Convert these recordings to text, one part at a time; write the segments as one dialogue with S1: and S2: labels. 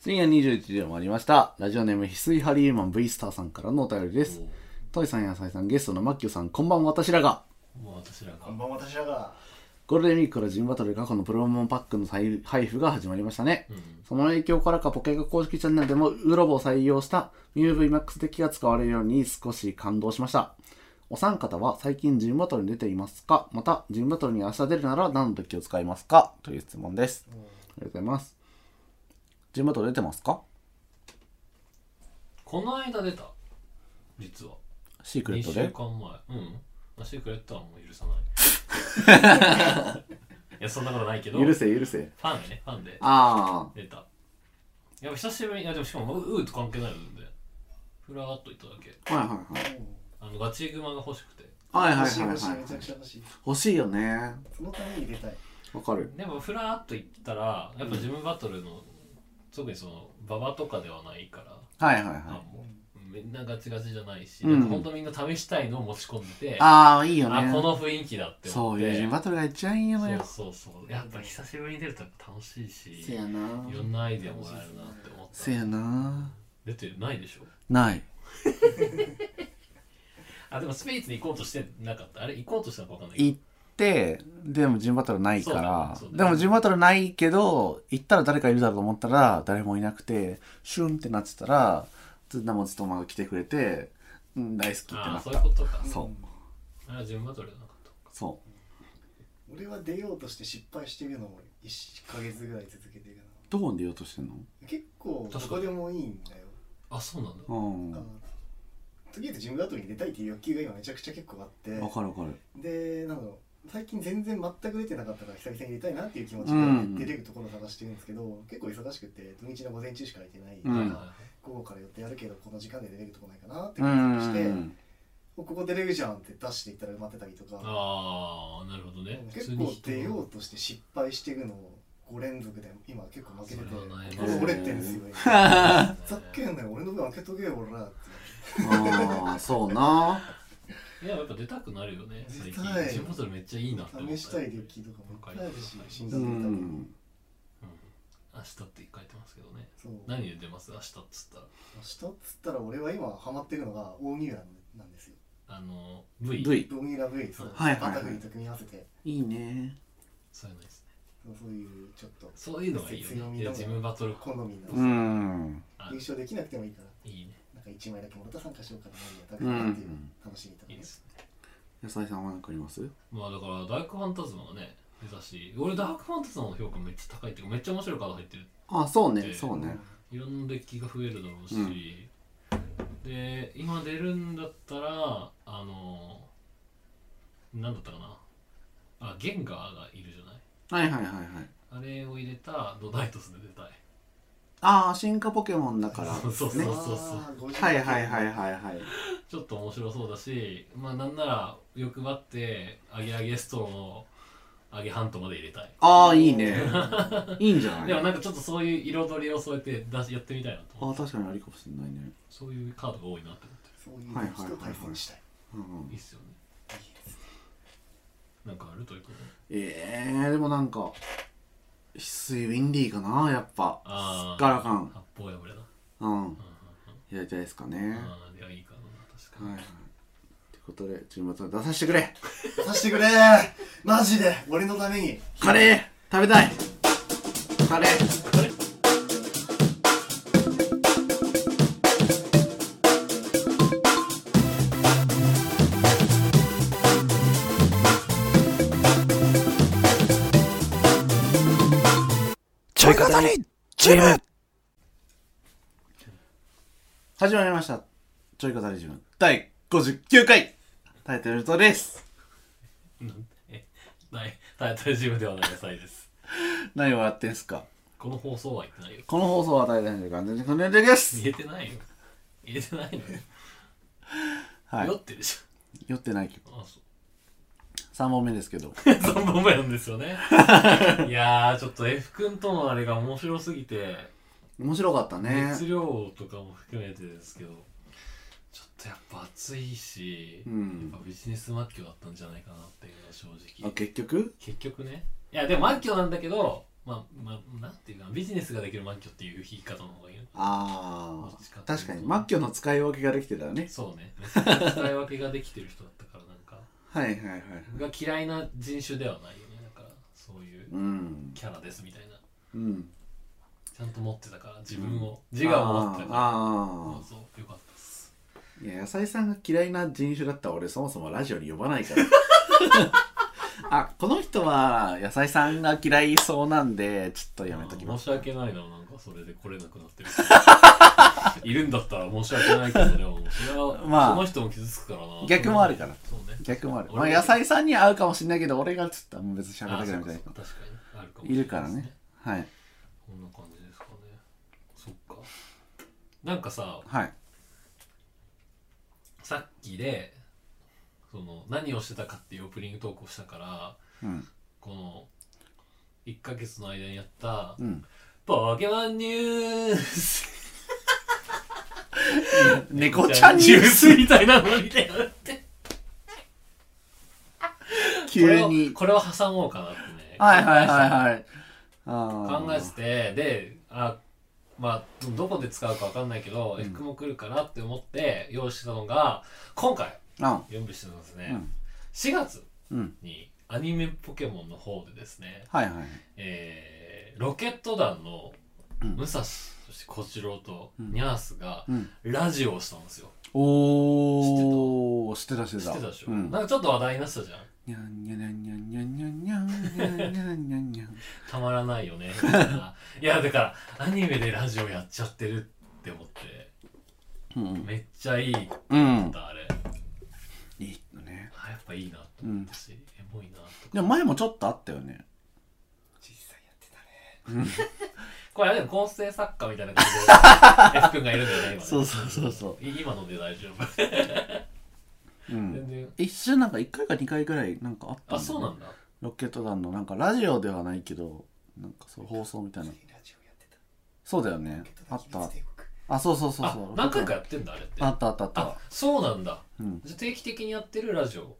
S1: 次が21時を回りました。ラジオネーム、翡翠ハリーマン V スターさんからのお便りです。トイさん、やさいさん、ゲストのマッキョさん、こんばんは、私らが。
S2: もう私らが
S3: こんばんは私らが
S1: ゴールデンウィークからジンバトル過去のプロモンパックの再配布が始まりましたね。その影響からかポケが公式チャンネルでもウロボを採用した MUVMAX 的が使われるように少し感動しました。お三方は最近ジンバトルに出ていますかまた、ジンバトルに明日出るなら何の時を使いますかという質問です。ありがとうございます。ジンバトル出てますか
S2: この間出た実は
S1: シークレ
S2: 2
S1: ット
S2: 週間
S1: で。
S2: 前うんまあシークレットはもう許さない いやそんなことないけど
S1: 許せ許せ。
S2: ファンねファンで
S1: あ
S2: 出たやっぱ久しぶりにいやでもしかもウーと関係ないのでふらーっといただけ
S1: あ。はいはいはい。
S2: あのガチグマが欲しくて
S1: はいはい
S3: 欲しい
S1: はい、
S3: 欲しいめちゃ
S1: は
S3: く
S1: い。
S3: ちゃ欲しい
S1: 欲しいよね。
S3: そのために出たい
S1: わかる。
S2: でもふらーっと行ったらやっぱジムバトルの、特にその馬場とかではないから、
S1: はいはいはい。
S2: あもうみんなガチガチじゃないし、
S1: うん
S2: なんか本当みんな試したいのを持ち込んでて
S1: ああ、いいよね。
S2: あこの雰囲気だって
S1: そ
S2: 思っ
S1: う、
S2: て
S1: 友人バトルが一番いいよね。
S2: そうそうそうやっぱ久しぶりに出るとやっぱ楽しいし。
S1: せやない
S2: ろんなアイディアもらえるなって思った
S1: せやな。
S2: 出てないでしょ
S1: ない。
S2: あでもスピリッツに行こうとしてなかったあれ行こうとしたのか分かんないけど
S1: 行って、でもジンバトルないか
S2: そ
S1: ら
S2: うだねそ、うだ
S1: で
S2: ね
S1: もジンバトルないけど、行ったら誰かいるだろうと思ったら、誰もいなくて、シュンってなってたら、ずんだもつとまが来てくれて、うん、大好きって
S2: あ
S1: な
S2: あ
S1: っ
S2: そういう
S1: た
S2: こ。とか
S1: そう、
S2: あれはジムバトルじゃなかったのか
S1: そう。
S3: 俺は出ようとして失敗してるのを1ヶ月ぐらい続けてる
S1: どこで言おうとしてんの
S3: な結構ど
S2: 確か
S3: こ
S2: に
S3: でもいいんだよ
S2: あそうなんだ
S1: うん。
S3: あ
S1: わ
S3: のとりあえずジムバトルに出たいっていう欲求が今めちゃくちゃ結構あって
S1: かるわかる。
S3: でなんだろう最近全然全く出てなかったから久々に出たいなっていう気持
S1: う
S3: ちで
S1: ん
S3: 出れるところを探してるんですけど、結構忙しくて土日の午前中しか空いてない、
S1: うん
S2: はいはいはい
S3: 午後から予定あるけどこの時間で出れるとこないかなって
S1: う
S3: 感じがして、
S1: ん。
S3: おここ出れるじゃんって出していったら埋まってたりとか
S2: ああなるほどね普
S3: 結
S2: 通に
S3: 構
S2: 人
S3: 出ようとして失敗してるのを5連続で今結構負けてて
S2: それはない
S3: 心折れて んですよ今
S1: あ
S3: ざっけんなよ俺の分開けとけよ俺らって
S1: あ、そうな。
S2: いややっぱ出たくなるよね最近
S3: 出たい
S2: ジムバトルめっちゃいいなって思った
S3: 試したいデッキとかもいっぱいあるし死ん
S1: う
S3: だデータも
S1: ん。
S2: 明日って書いてますけどね
S3: そう明
S2: 何で出ます明日っつったら
S3: 日っつったら俺は今ハマってるのが大ミューラなんですよ
S2: あの V,
S1: V。
S3: 大ミューラ V そう
S1: はいはいは
S3: バ
S1: い
S3: タフリーと組み合わせて
S1: いいね。
S2: そういうのいいですね
S3: そうそういうちょっと
S2: そういうのがいいよ
S3: 強
S2: ね
S3: み
S2: い
S3: だ
S2: や
S3: ね
S2: ジムバトル
S3: 好みの
S1: う
S3: 優
S1: ん。
S2: あ
S3: 勝できなくてもいいから
S2: いいね
S3: なんか1枚だけもらったら参加しようかな何やったかなっていう楽しみとか
S2: いい
S3: ね
S2: ですね
S1: 野菜さんは何かあります
S2: まあだからダークファンタズマがね出たし俺ダークファンタズマの評価めっちゃ高いっていうかめっちゃ面白いカード入ってる
S1: あ、そうね、
S2: で
S1: そうね。
S2: いろんなデッキが増えるだろうし、
S1: う
S2: で今出るんだったらあのなんだったかなあゲンガーがいるじゃな
S1: は
S2: い
S1: いはいはいはい。
S2: あれを入れたドダイトスで出たい
S1: ああ、進化ポケモンだから。
S2: そうそうそう
S1: ね。はいはいはいはいはい。
S2: ちょっと面白そうだしまあなんなら欲張ってアゲアゲストーンをアゲハントまで入れたい
S1: ああ、いい ね。いいんじゃ
S2: で
S1: な
S2: も
S1: い
S2: なんかちょっとそういう彩りを添えて出しやってみたいなと
S1: あ
S2: 思
S1: あ、
S2: って
S1: 確かにありかもしれないね。
S2: そういうカードが多いなって思って
S3: そういう人と対戦したい
S1: うん
S2: いいっすよねなんかあるというかね
S1: ええー、でもなんか、翡翠ウィンリーかな、やっぱ。
S2: あ
S1: すっ
S2: ー
S1: からかん。
S2: 八方破れだ
S1: うん
S2: う。ん
S1: やりたいですかね。
S2: うんうんああいやいいかな確か
S1: はい
S2: に、
S1: はい。ということで、チーム出させてくれ
S3: さしてくれーマジで俺のために
S1: カレー食べたいカレー
S4: ちょい方にチーム
S1: 始まりました。ちょい語り自分第59回タイトルとです。
S2: なんえないタイトルジムではない野菜です
S1: 何をやってんすか
S2: この放送は言ってないよ
S1: この放送は大変で完全に完了です。
S2: 言えてないよ言えてないのよ、
S1: はい
S2: 酔。ってるじ
S1: 酔ってないけど。
S2: ゃんあそう
S1: 3本目ですけど。
S2: 3本目なんです よねいやーちょっと F 君とのあれが面白すぎて
S1: 面白かったね
S2: 熱。量とかも含めてですけどちょっとやっぱ熱いし、
S1: う
S2: やっ
S1: ん
S2: ぱ。ビジネスマッキョだったんじゃないかなっていうのは正
S1: あ
S2: 直
S1: 結局
S2: 結局ねいやでもマッキョなんだけどまあ、まあ、なんていうかな、ビジネスができるマッキョっていう言い方の方がいいの
S1: あ
S2: どっちか
S1: あ
S2: っていうと
S1: 確かにマッキョの使い分けができてたよね
S2: そうね。めちゃくちゃ使い分けができてる人だったから、なんか、
S1: はいはいはい
S2: が嫌いな人種ではないよね。だから、そういう
S1: うん
S2: キャラですみたいな。
S1: うん
S2: ちゃんと持ってたから、自分を、自我を持ってたか
S1: あ
S2: ら、
S1: ー
S2: そう
S1: あ
S2: そう、よかったです。
S1: ーいや野菜さんが嫌いな人種だったら俺そもそもラジオに呼ばないから あこの人は野菜さんが嫌いそうなんでちょっとやめときます
S2: 申し訳ないな、なんかそれで来れなくなってる人。いるんだったら申し訳ないけど、でも、それは、
S1: まあ
S2: その人も傷つくからな。
S1: 逆もあるから
S2: そうね。
S1: 逆もあるまあ
S2: 俺
S1: 野菜さんには合うかもしれないけど俺がちょっとあんま別に喋
S2: あ
S1: らなきゃ
S2: そう
S1: み
S2: か
S1: たい
S2: そう
S1: な
S2: か確かにあるかもしれない
S1: いるか
S2: で
S1: ら
S2: す
S1: ねはい
S2: こんな感じですかねそっかなんかさ
S1: はい
S2: さっきでその何をしてたかっていうオープニング投稿したから
S1: うん
S2: この1ヶ月の間にやった
S1: うん
S2: 「ポケモンニュース」
S1: 猫ちゃんニュース
S2: みたいなのみたいなのって
S1: 急
S2: これを
S1: に
S2: これを挟もうかなってね
S1: はいはいはいはいあ
S2: 考えててであまあどどこで使うかわかんないけど、エフクも来るかなって思って用意してたのが今回
S1: てあ
S2: 準備してたんですね、
S1: うん
S2: 4月
S1: うん
S2: にアニメポケモンの方でですね、
S1: はいはい
S2: えーロケット団の
S1: うん
S2: 武蔵、そして小次郎と
S1: うん
S2: ニャースが
S1: うん
S2: ラジオをしたんですよ、
S1: おー知ってた知っ
S2: 知
S1: て
S2: ったてたでしょ、
S1: うん
S2: なんかちょっと話題になってたじゃん
S1: にゃんにゃにゃんにゃんにゃんにゃんにゃんにゃんにゃんにゃんにゃんにゃん
S2: たまらない よねみたいないやだからアニメでラジオやっちゃってるって思って
S1: うん
S2: めっちゃいいん
S1: うん
S2: だあれ
S1: いいのね
S2: あやっぱいいなと思ったし、エモいなとか
S1: でも前もちょっとあったよね
S3: 実際やってたね
S2: これあれだよ構成作家みたいな感 じで F 君がいるんだよね今ね
S1: そうそうそうそう
S2: 今ので大丈夫
S1: う
S2: 全
S1: ん
S2: 然
S1: 一瞬なんか1回か2回ぐらいなんかあった
S2: あ
S1: よね
S2: そうなんだ
S1: ロケット団のなんかラジオではないけどなんかそう放送みたいな
S3: ラジオやってた
S1: そうだよね
S3: けど
S1: あ
S3: な
S1: っ
S3: 秘密
S1: た
S3: 帝
S1: あそうそうそうそう
S2: あ何回かやってんだあれって
S1: あったあったあった
S2: あそうなんだ
S1: うん
S2: じゃあ定期的にやってるラジオ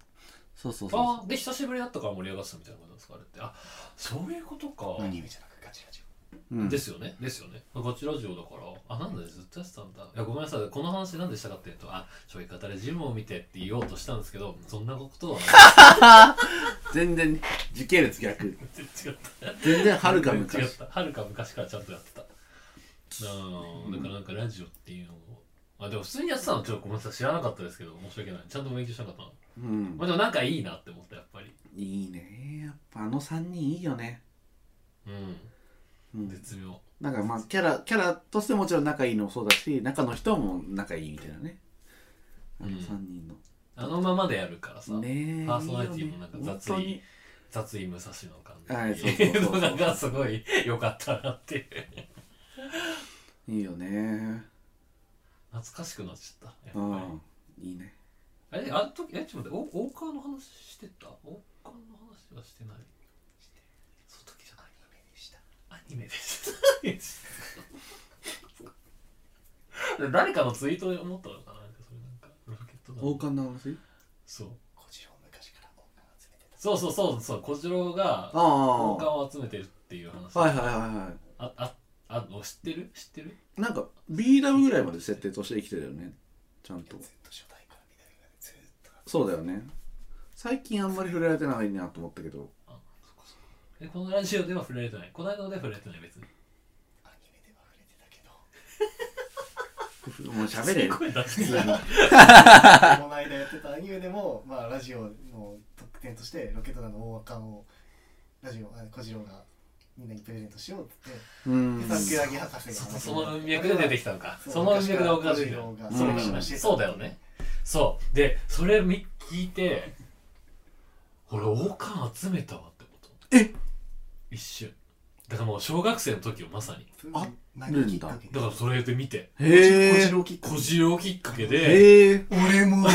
S1: そうそうそう
S2: あで久しぶりだったから盛り上がってたみたいなことなんですかあれってあそういうことか
S3: 国アニメじゃなくガチラジオ
S1: うん
S2: ですよねですよねガチラジオだからあなんだずっとやってたんだいやごめんなさいこの話なんでしたかっていうとあちょい方でジムを見てって言おうとしたんですけどそんなことはない
S1: 全然時系列逆
S2: 全然違っ た
S1: 全然はるか
S2: 違っ
S1: 昔
S2: たはるか昔からちゃんとやってたうんだからなんかラジオっていうのをあでも普通にやってたのちょっとごめんなさい知らなかったですけど申し訳ないちゃんと勉強しなかったな
S1: うん
S2: まあでもなんかいいなって思ったやっぱり
S1: いいねやっぱあの3人いいよね
S2: うん
S1: うん
S2: 絶妙
S1: なんかまあキャラキャラとしてもちろん仲いいのもそうだし中の人も仲いいみたいなねあの
S2: うん
S1: 3人の
S2: あのままでやるからさ、
S1: ねえ
S2: パーソナリティもなんか
S1: いいよね
S2: 雑
S1: 本当
S2: い
S1: に
S2: 雑い武蔵の感じ
S1: はいそうそうそうそう
S2: の なんかすごい良かったなっていう
S1: いいよね
S2: 懐かしくなっちゃった
S1: う
S2: やっ
S1: んいいね
S2: ぱりあれあの時えちょっと待ってお大川の話してた大川の話はしてないその時じゃない
S3: アニメにした
S2: アニメです。誰かのツイートで思ったのかななんかそれなんかロケットだ
S1: 王冠の話
S2: そう
S3: 小次郎昔から音楽集めてた
S2: そうそうそうそう小次郎が
S1: あ
S2: 王
S1: あ
S2: 冠を集めてるっていう話
S1: はいはいはいはい
S2: あああの知ってる知ってる
S1: なんか BW ぐらいまで設定として生きてるよねちゃんと
S3: ずっと初代から見たいなずっと
S1: そうだよね最近あんまり触れられてないなと思ったけど
S2: あそっかそっかえこのラジオでは触れてないこの間のでは触れてない別に
S3: アニメでは触れてたけど
S1: もう喋れる
S2: 声出して
S1: 普通に
S3: この間やってたアニメでもまあラジオの特典としてロケット団の大和感をラジオあ小次郎がみんなにプレゼントしようって
S1: うん
S3: 桜木博士が
S2: そその文脈で出てきたのか
S3: そう
S2: その文脈でおかしいな
S3: 昔から
S1: 小次
S2: そ
S1: 郎
S2: う
S1: が
S2: だ
S1: うん
S2: そうだよねそうでそれみ聞いて俺王冠集めたわってこと
S1: え
S2: 一瞬だからもう小学生の時をまさに
S1: あ
S3: あるんだ
S2: だからそれで見て
S1: へ
S3: 小
S1: え
S3: 次郎きっか
S2: 小次郎きっかけで
S1: へえ
S3: け俺 も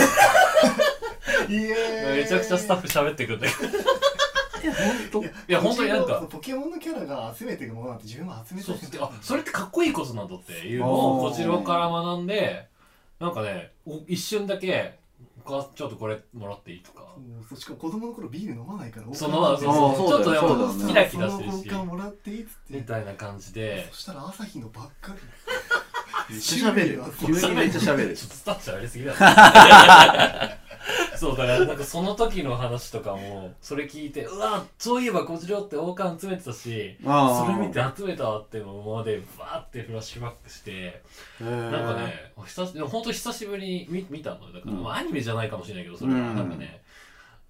S3: イエーイ
S2: めちゃくちゃスタッフ喋ってくるんだけど
S1: 本
S2: いや本当になんか
S3: ポケモンのキャラが集めてるものなんて自分も集めて
S2: そう
S3: る
S2: っすあそれってかっこいいことなんだっていうのを
S1: あー
S2: 小次郎から学んでなんかねお一瞬だけお母さんちょっとこれもらっていいとか
S3: もうそうしかも子供の頃ビール飲まないから
S2: その
S1: そうそう
S2: そうちょっとやっ
S1: そ
S2: ぱ
S1: うだよね
S2: キラキラしてる
S3: その
S2: し
S3: 交換もらっていいっつって
S2: みたいな感じで
S3: そしたら朝日のばっかり。
S1: めっちゃ喋るよ。急にめっちゃ喋る
S2: ちょっとスタッチありすぎだな そうだからなんかその時の話とかもそれ聞いてうわそういえば小次郎って王冠詰めてたし
S1: あ
S2: そ
S1: あ
S2: れ見て集めたわっていうのまでバーってフラッシュバックしてなんかね久しでも本当久しぶりに見見たのよだから、
S1: うん
S2: まあアニメじゃないかもしれないけどそれは
S1: うん
S2: なんかね、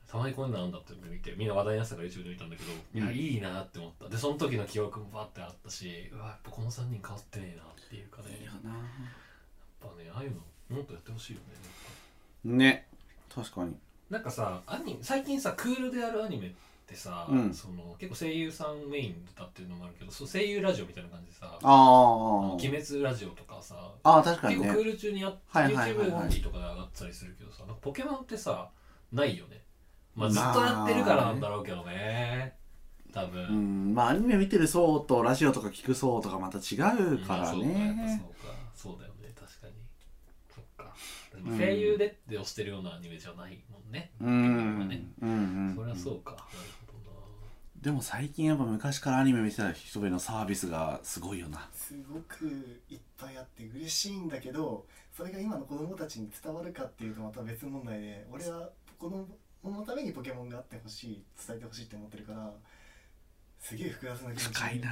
S2: たまにこういうのあんだって見てみんな話題になってたから YouTube で見たんだけど、
S1: うん
S2: いやいいなって思ったでその時の記憶もバーってあったしうわやっぱこの3人変わってねえなっていうかね
S1: いいよ
S2: やっ
S1: な
S2: ぱねああいうのもっとやってほしいよね
S1: ね確かに
S2: なんかさアニ最近さクールであるアニメってさ、
S1: うん
S2: その結構声優さんメインだっていうのもあるけどそう声優ラジオみたいな感じでさ
S1: あ
S2: あの
S1: あ
S2: 鬼滅ラジオとかさ
S1: ああ確か
S2: 結
S1: に
S2: 構ク
S1: ね
S2: ール中にやって、
S1: はいはいはい
S2: YouTube
S1: はい
S2: オンリーとかで上がってたりするけどさなんかポケモンってさないよね、まあ、ずっとやってるからなんだろうけどね多分、
S1: うんまあアニメ見てる層とラジオとか聞く層とかまた違うか
S2: まあ
S1: ら
S2: そうやっぱ
S1: ね
S2: そうかそうだよね確かにそっかで
S1: う
S2: も
S1: ん
S2: 声優でって推してるようなアニメじゃないもんね、
S1: う
S2: まあ
S1: ん
S2: ね
S1: うんうん
S2: そりゃそうかなるほどな
S1: でも最近やっぱ昔からアニメ見てた人へのサービスがすごいよな
S3: すごくいっぱいあって嬉しいんだけどそれが今の子供たちに伝わるかっていうとまた別問題で俺は子供のためにポケモンがあってほしい伝えてほしいって思ってるからすげえ複雑な気持ち
S1: 深い な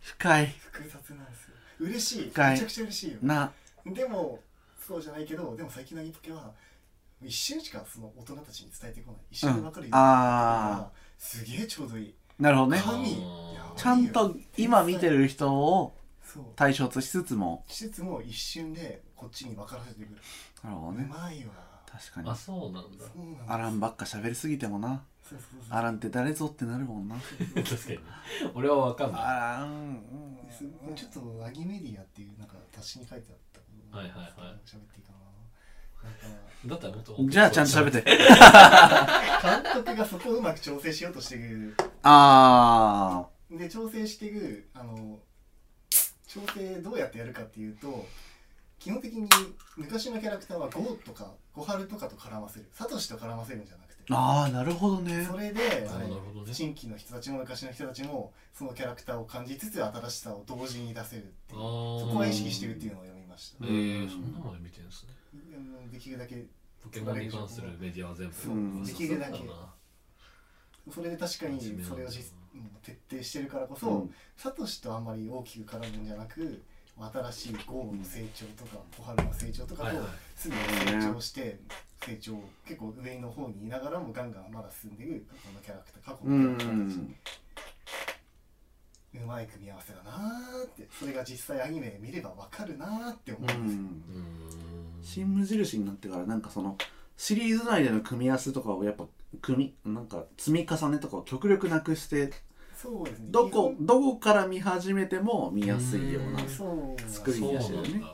S1: 深い
S3: 複雑なんですよ嬉しいめち
S1: 深い
S3: ゃくちゃ嬉しいよ
S1: な
S3: でもそうじゃないけどでも最近のアニポケは一瞬しかその大人たちに伝えてこない一瞬で分かるようになってるからすげえちょうどいい
S1: なるほどね
S2: う
S3: 神
S2: ん
S3: やばいよ
S1: ちゃんと今見てる人を
S3: そう
S1: 対象としつつも
S3: 季節も一瞬でこっちに分からせてくる、
S1: なるほど
S3: う
S1: ね
S3: まいわ
S1: 確かに
S2: あそうなん だ
S3: そうなんだ
S1: アランばっか喋りすぎてもな
S3: そうそうそう
S1: アランって誰ぞってなるもんな
S2: 確かに俺は分かんない
S1: アラン
S3: すちょっとアニメディアっていうなんか雑誌に書いてあったこと
S2: はいはいはい
S3: 喋っていいかなな
S2: だったらもっと
S1: うんじゃあちゃんと喋って
S3: んか監督がそこをうまく調整しようとしてる
S1: あ
S3: で調整していくあの調整どうやってやるかっていうと基本的に昔のキャラクターはゴーとか小春とかと絡ませるサトシと絡ませるんじゃなく
S1: ー
S3: て
S1: あーなるほどね
S3: それで
S2: あ
S3: あ
S2: なる
S3: の
S2: ほどね
S3: 新規の人たちも昔の人たちもそのキャラクターを感じつつ新しさを同時に出せるって
S2: あ
S3: いう
S2: ー
S3: そこは意識してるっていうのを読みました、
S2: えー、そんなまで見てるんですね
S3: うんできるだけ
S2: ポケモンに関するメディアは全部
S3: そうできるだけ
S2: そうな
S3: それで確かにそれをじうん徹底してるからこそ、
S1: うん
S3: サトシとあんまり大きく絡むんじゃなく新しいゴーの成長とか小春の成長とか
S2: はい
S3: と
S2: はい
S3: すぐに成長して成長結構上の方にいながらもガンガンまだ進んでいる過去のキャラクター過去
S1: う
S3: のキャラクターたち
S1: ん
S3: うまい組み合わせだなーってそれが実際アニメ見ればわかるなーって思
S1: う
S3: うんですよ、
S1: ん
S2: うーん
S1: 新無印になってからなんかそのシリーズ内での組み合わせとかをやっぱ組みなんか積み重ねとかを極力なくして
S3: そうですね
S1: どこどこから見始めても見やすいような
S2: うん
S3: そう
S1: 作り出しだよね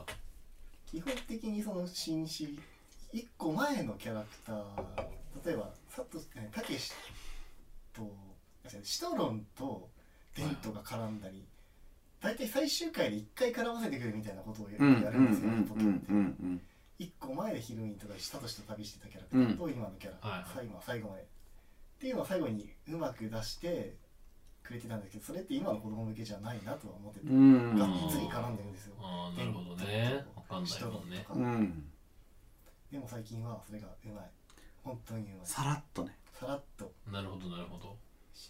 S3: 基本的にその紳士一個前のキャラクター例えばサトえたけしとあ違うシトロンとデントが絡んだり大体最終回で一回絡ませてくるみたいなことをや,、
S1: うんうん
S3: るんですよねポ
S1: うんう
S3: ケモンって
S1: んうん
S3: 一個前でヒロインとかサトシと旅してたキャラクターと今のキャラ、
S2: はいはい
S3: 最後は最後までっていうのを最後にうまく出してくれてたんですけどそれって今の子供向けじゃないなとは思ってて、
S1: うんうん
S3: がっつり絡んでるんですよ
S2: ああなるほどねわかんないもん
S3: シ
S2: ね
S3: トロンとか
S1: うん
S3: でも最近はそれがうまい本当にうまい
S1: さらっとね
S3: さらっと
S2: なるほどなるほど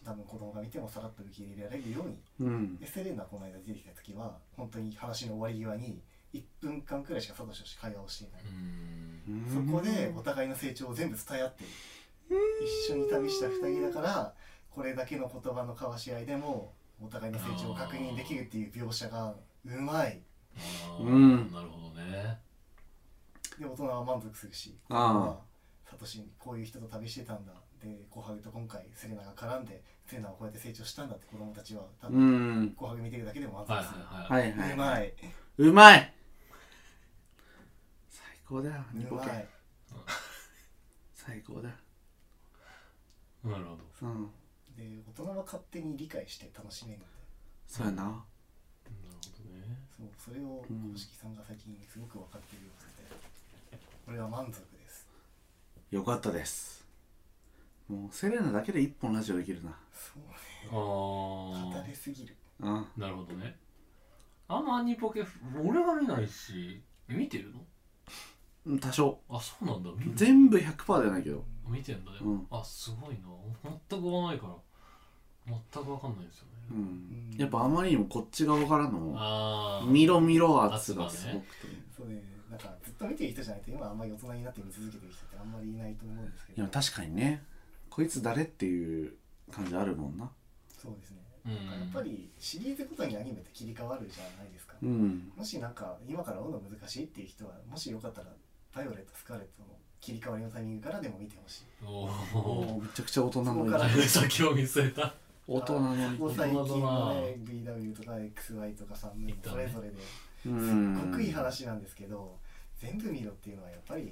S3: 多分子供が見てもさらっと受け入れられるよう
S1: う
S3: に
S1: ん
S3: でセレナこの間出てきた時は本当に話の終わり際に1分間くらいしかサトシと会話をしていないう
S2: ーん
S3: そこでお互いの成長を全部伝え合ってる一緒に旅した2人だからこれだけの言葉の交わし合いでもお互いの成長を確認できるっていう描写がうまい
S2: あー
S1: うん
S2: なるほどね
S3: で大人は満足するし
S1: あー
S3: サトシこういう人と旅してたんだで小ハグと今回セレナが絡んでセレナはこうやって成長したんだって子供たちは多
S1: う
S3: 分
S1: ん
S3: 小ハグ見てるだけでも満
S2: はいは
S3: 足する、
S2: いは
S1: はいいはいう
S3: まいう
S1: まい最高だよニ
S3: う
S1: コ
S3: ま
S1: ケ
S3: い
S1: 最高だよ
S2: なるほど
S1: うん
S3: で大人は勝手に理解して楽しめるんで
S1: そうやな
S2: なるほどね
S3: そうそれを
S1: うん
S3: 公式さんが最近すごく分かってるようで俺は満足です
S1: よかったですもうセレナだけで一本ラジオできるな
S3: そ
S2: あ
S3: う語りすぎる
S1: うん
S2: あなるほどねあんまアニポケ俺は見ないしえ見てるの
S1: うん多少
S2: あそうなんだ見て
S1: 全部100%ではないけど
S2: 見てんだよ、
S1: うん
S2: あすごいな全くわないから全くわかんないですよね、
S1: うん
S3: うん
S1: やっぱあまりにもこっち側からの
S2: ああ
S1: 見ろ見ろ圧がすごくて、
S3: そうねなんかずっと見てる人じゃないと今あんまり大人になって見続けてる人ってあんまりいないと思うんですけ
S1: い
S3: ど
S1: や確かにねこいつ誰っていう感じあるもんな
S3: そうですね
S2: うん
S3: なんかやっぱりシリーズごとにアニメって切り替わるじゃないですか、
S1: うん
S3: もしなんか今から追うの難しいっていう人はもしよかったら「バイオレット・スカーレット」の切り替わりのタイミングからでも見てほしい
S2: お
S1: おー
S2: お
S1: めちゃくちゃ大人の意
S3: そこか
S1: 見
S3: ら
S2: 先を見据えた
S1: 大人の意
S3: もう
S1: 見
S3: 最近のね
S2: 大
S3: VW とか XY とか3分
S2: いたね
S3: それぞれで
S1: う
S3: すっ
S1: ん
S3: ごくいい話なんですけど全部見ろっていうのはやっぱり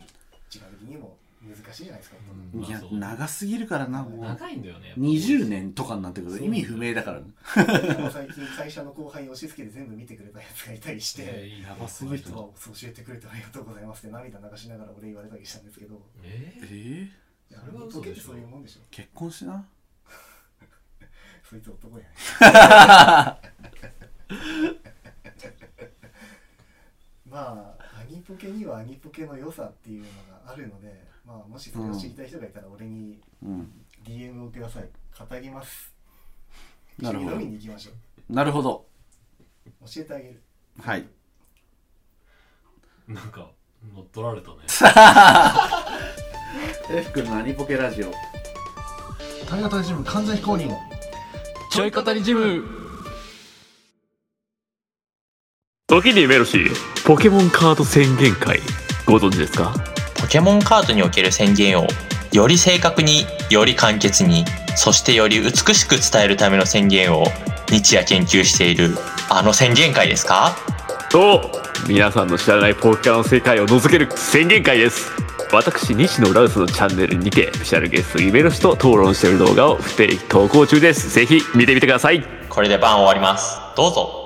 S3: 時間的にも難しいじゃないですか、
S2: うん
S1: いや
S2: まあそう
S1: 長すぎるからなもう
S2: 長いんだよねやっぱ
S1: 20年とかになってくると意味不明だからね
S3: でも最近会社の後輩に押し付けて全部見てくれたやつがいたりして、
S2: えーやばすぎ
S3: この
S2: る
S3: 人はそう教えてくれてありがとうございますって涙流しながら俺言われたりしたんですけど
S2: え
S1: え
S2: ー
S1: ー、
S3: いや
S2: それは
S3: ボ
S2: 嘘
S3: ケっ
S2: で
S3: て
S2: しょ
S3: そういうもんでしょ
S1: 結婚しな
S3: そいつ男やねまあアニポケにはアニポケの良さっていうのがあるので、まあ、もしそれを知りたい人がいたら俺に
S1: うん
S3: DM をください語ります
S1: なるほど
S3: 一緒に飲みに行きましょう
S1: なるほど
S3: 教えてあげる
S1: はい
S2: なんか乗っ取られたね
S1: F 君のアニポケラジオ
S3: 髪型ジム完全非公認
S5: ちょい語りジム
S6: 時にメロシーポケモンカード宣言会ご存知ですか
S7: ポケモンカードにおける宣言をより正確により簡潔にそしてより美しく伝えるための宣言を日夜研究しているあの宣言会ですか
S6: そう皆さんの知らないポケカの世界を覗ける宣言会です私西野浦スのチャンネルにてスペシャルゲストにメロシと討論している動画を不定期投稿中ですぜひ見てみてください
S7: これで番終わりますどうぞ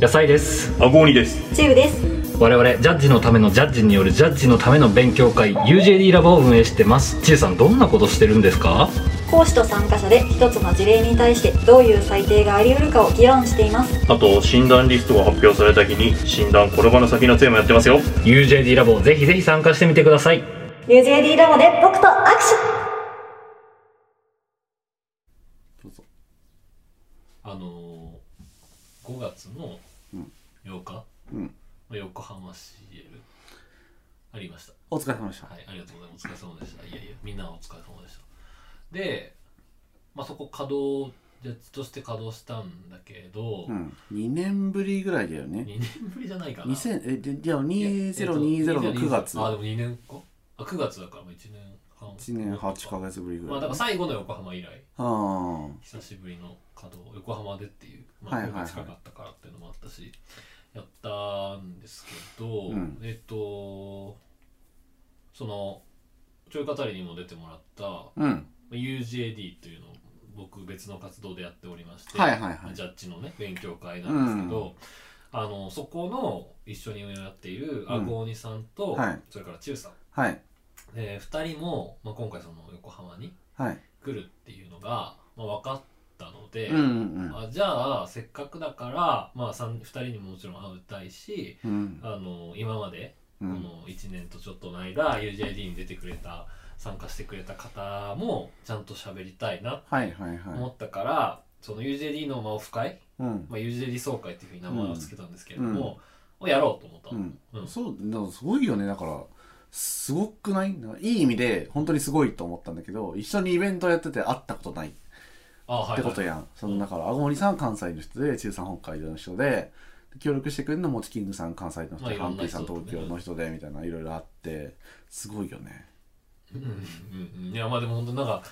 S8: 野菜です
S6: アゴーニです
S9: チームです。
S8: 我々ジャッジのためのジャッジによるジャッジのための勉強会 UJD ラボを運営してますちえさんどんなことしてるんですか
S9: 講師と参加者で一つの事例に対してどういう裁定があり得るかを議論しています。
S10: あと診断リストが発表された日に診断転ばぬ先の杖もやってますよ
S8: UJD ラボぜひぜひ参加してみてください
S9: UJD ラボで僕と握手
S1: どうぞ
S2: あのー、5月の
S1: うん
S2: 8日、
S1: うん
S2: 横浜 CL ありました
S1: お疲れ様でした
S2: はい、ありがとうございます。お疲れ様でした。いやいや、みんなお疲れ様でした。で、まあ、そこ稼働、ジャッジとして稼働したんだけど、
S1: うん2年ぶりぐらいだよね
S2: 2年ぶりじゃないかな。
S1: 2000えでいや
S2: いや
S1: 2020の9月
S2: あ、でも2年後あ、9月だからもう1年半。
S1: 1年8ヶ月ぶりぐ
S2: まあ、
S1: らい
S2: だから最後の横働浜以来、
S1: あー
S2: 久しぶりの稼働、横浜でっていう、まあ、
S1: はいはいはい
S2: 近かったからっていうのもあったし、やったんですけど、
S1: うん
S2: えっと、その、ちょい語りにも出てもらった、
S1: うん
S2: まあ UJD というのを僕別の活動でやっておりまして、
S1: はいはいはい
S2: ジャッジのね勉強会なんですけど、あのそこの一緒に運営をやっているアゴーニさんと、
S1: はい
S2: それからチュウさん、
S1: はい
S2: え2人も、まあ、今回その横浜に
S1: はい
S2: 来るっていうのが、まあ、分かったので、
S1: うんうん
S2: あじゃあせっかくだから、まあ、2人にももちろん会うたいし
S1: うん
S2: あの今まで
S1: う
S2: こ
S1: ん
S2: の1年とちょっとの間 UJD に出てくれた参加してくれた方もちゃんと喋りたいな
S1: はいはいは
S2: 思
S1: い
S2: ったから、その UJD のまあオフ会、
S1: うん
S2: まあ、UJD 総会っていうふうに名前を付けたんですけれども、をやろうと思った
S1: う
S2: の、
S1: ん
S2: うん
S1: そうだからすごいよねだからすごくないなんかいい意味で本当にすごいと思ったんだけど一緒にイベントやってて会ったことないっ
S2: あはい、はい、
S1: てことやん、そのだから青森さん関西の人で中さん北海道の人で協力してくれるのもチキングさん関西の人、
S2: まあいろ
S1: ハ
S2: ん
S1: ン
S2: な
S1: ピーさん
S2: 人
S1: 東京の人でみたいないろいろあってすごいよね
S2: うんうんうんいやまあでも本当なんか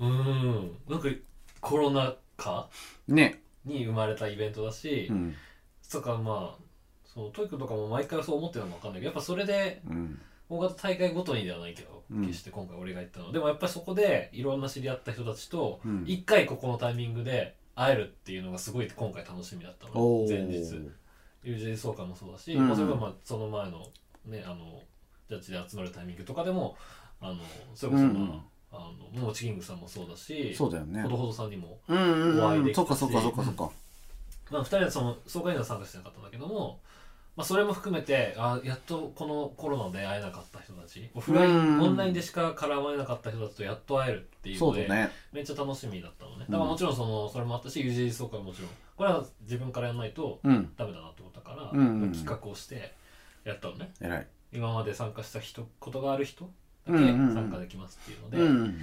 S2: うーんなんかコロナ禍
S1: ね
S2: に生まれたイベントだし、
S1: うん
S2: そっかまあそのトイックとかも毎回そう思ってるのか分かんないけどやっぱそれで
S1: うん
S2: 大型大会ごとにではないけど、
S1: うん
S2: 決して今回俺が行ったのでもやっぱりそこでいろんな知り合った人たちと
S1: うん
S2: 一回ここのタイミングで会えるっていうのがすごい今回楽しみだったの
S1: ー
S2: 前日 UJ 総会もそうだし、
S1: うん
S2: まあ、それがまあその前のねあのジャッジで集まるタイミングとかでもあのそれこそ、まあ
S1: うんうん
S2: あのモーチキングさんもそうだし
S1: そうだよね
S2: ほどほどさんにも
S1: うんうん
S2: お会い
S1: うんう
S2: で
S1: ん
S2: き
S1: そ
S2: た
S1: っかそっかそっかそっか
S2: まあ、2人はその総会には参加してなかったんだけども、まあ、それも含めてあやっとこのコロナで会えなかった人たちオフライ
S1: うん
S2: ンオンラインでしか絡まれなかった人たちとやっと会えるっていう
S1: そ
S2: の
S1: う
S2: で
S1: だね
S2: めっちゃ楽しみだったのねだからもちろんそのそれもあったし UGG 総会ももちろんこれは自分からやらないと
S1: うん
S2: ダメだなと思ったから、
S1: うんうん
S2: 企画をしてやったのね
S1: 偉い
S2: 今まで参加した人ことがある人だけ
S1: うんうんうん
S2: 参加できますっていうので、
S1: うんうん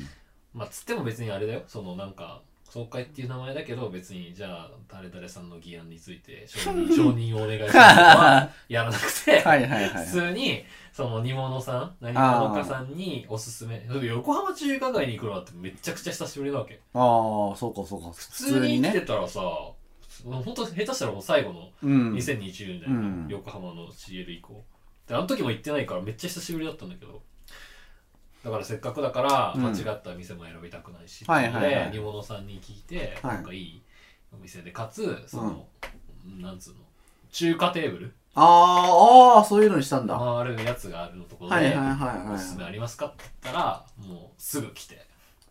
S2: まあつっても別にあれだよそのなんか総会っていう名前だけど別にじゃあ誰々さんの議案について 承認承認をお願いするとかはやらなくて
S1: はいはいはい
S2: 普通にその煮物さん何者かさんにおすすめだって横浜中華街に行くのってめちゃくちゃ久しぶりなわけ
S1: ああそうかそうか普
S2: 普通に来てたらさ本当下手したらもう最後の
S1: うん
S2: 2020年だよ、
S1: うん
S2: 横浜の CL 以降であの時も行ってないからめっちゃ久しぶりだったんだけどだからせっかくだから
S1: うん
S2: 間違った店も選びたくないし、
S1: はいはいはい
S2: ってうので煮物さんに聞いて、
S1: はい
S2: なんかいいお店でかつその、なんつうの中華テーブル
S1: あーあーそういうのにしたんだ
S2: 回るやつがあるのところで、
S1: はいはいはいはい
S2: おすすめありますかって言ったらもうすぐ来て、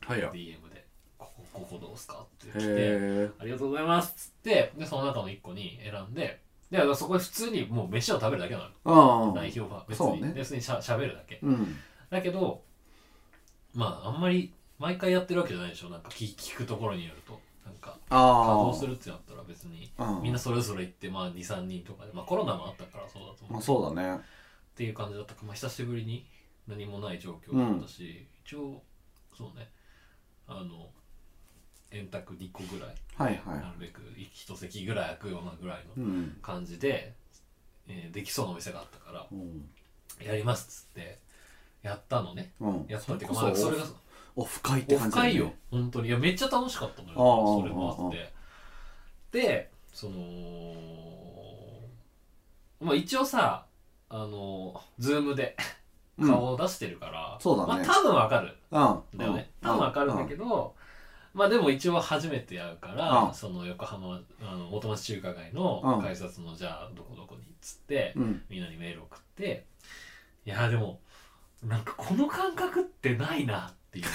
S1: はいよ
S2: DM で「ここここどうすか?」って来て。
S1: へ
S2: ありがとうございますっつって、で、その中の1個に選んで、で、そこで普通にもう飯を食べるだけな
S1: ーあ
S2: の。
S1: あ
S2: 代表は別
S1: そう
S2: に、
S1: ね
S2: 別にしゃ喋るだけ。
S1: うん
S2: だけど、まあ、あんまり毎回やってるわけじゃないでしょ。なんか聞聞くところによると。なんか、稼
S1: あ
S2: 働す
S1: あ
S2: るってなったら別に
S1: う、ん
S2: みんなそれぞれ行って、まあ、2、3人とかで、まあ、コロナもあったからそうだと思
S1: ま
S2: う。
S1: あ
S2: っ
S1: そうだね
S2: ていう感じだったから、まあ、久しぶりに何もない状況だったし、一応、そうね、あの、円卓2個ぐらい。
S1: はいは
S2: なるべく一席ぐらい空くようなぐらい
S1: い
S2: の
S1: うん
S2: 感じで、えーできそうなお店があったか
S1: うん
S2: らやりますっつってやったのね
S1: うん
S2: やったっていうか
S1: そ
S2: ま
S1: れ
S2: あ
S1: こそ
S2: それが
S1: オフ会って
S2: オ
S1: 感
S2: フ
S1: じだね
S2: 会よ本当にいやめっちゃ楽しかったのよ
S1: ああ
S2: それもあってでそのまあ一応さあのズームで
S1: うん
S2: 顔を出してるから、
S1: そうだね
S2: まあ多分わかる
S1: うん
S2: だよね。多分わかるんだけど、まあでも一応初めて会うか
S1: うん
S2: ら、その横浜、あの、元町中華街
S1: う
S2: の
S1: ん
S2: 改札のじゃあどこどこにっつって
S1: う、ん
S2: みんなにメール送って、いやでも、なんかこの感覚ってないなっ ていう。こ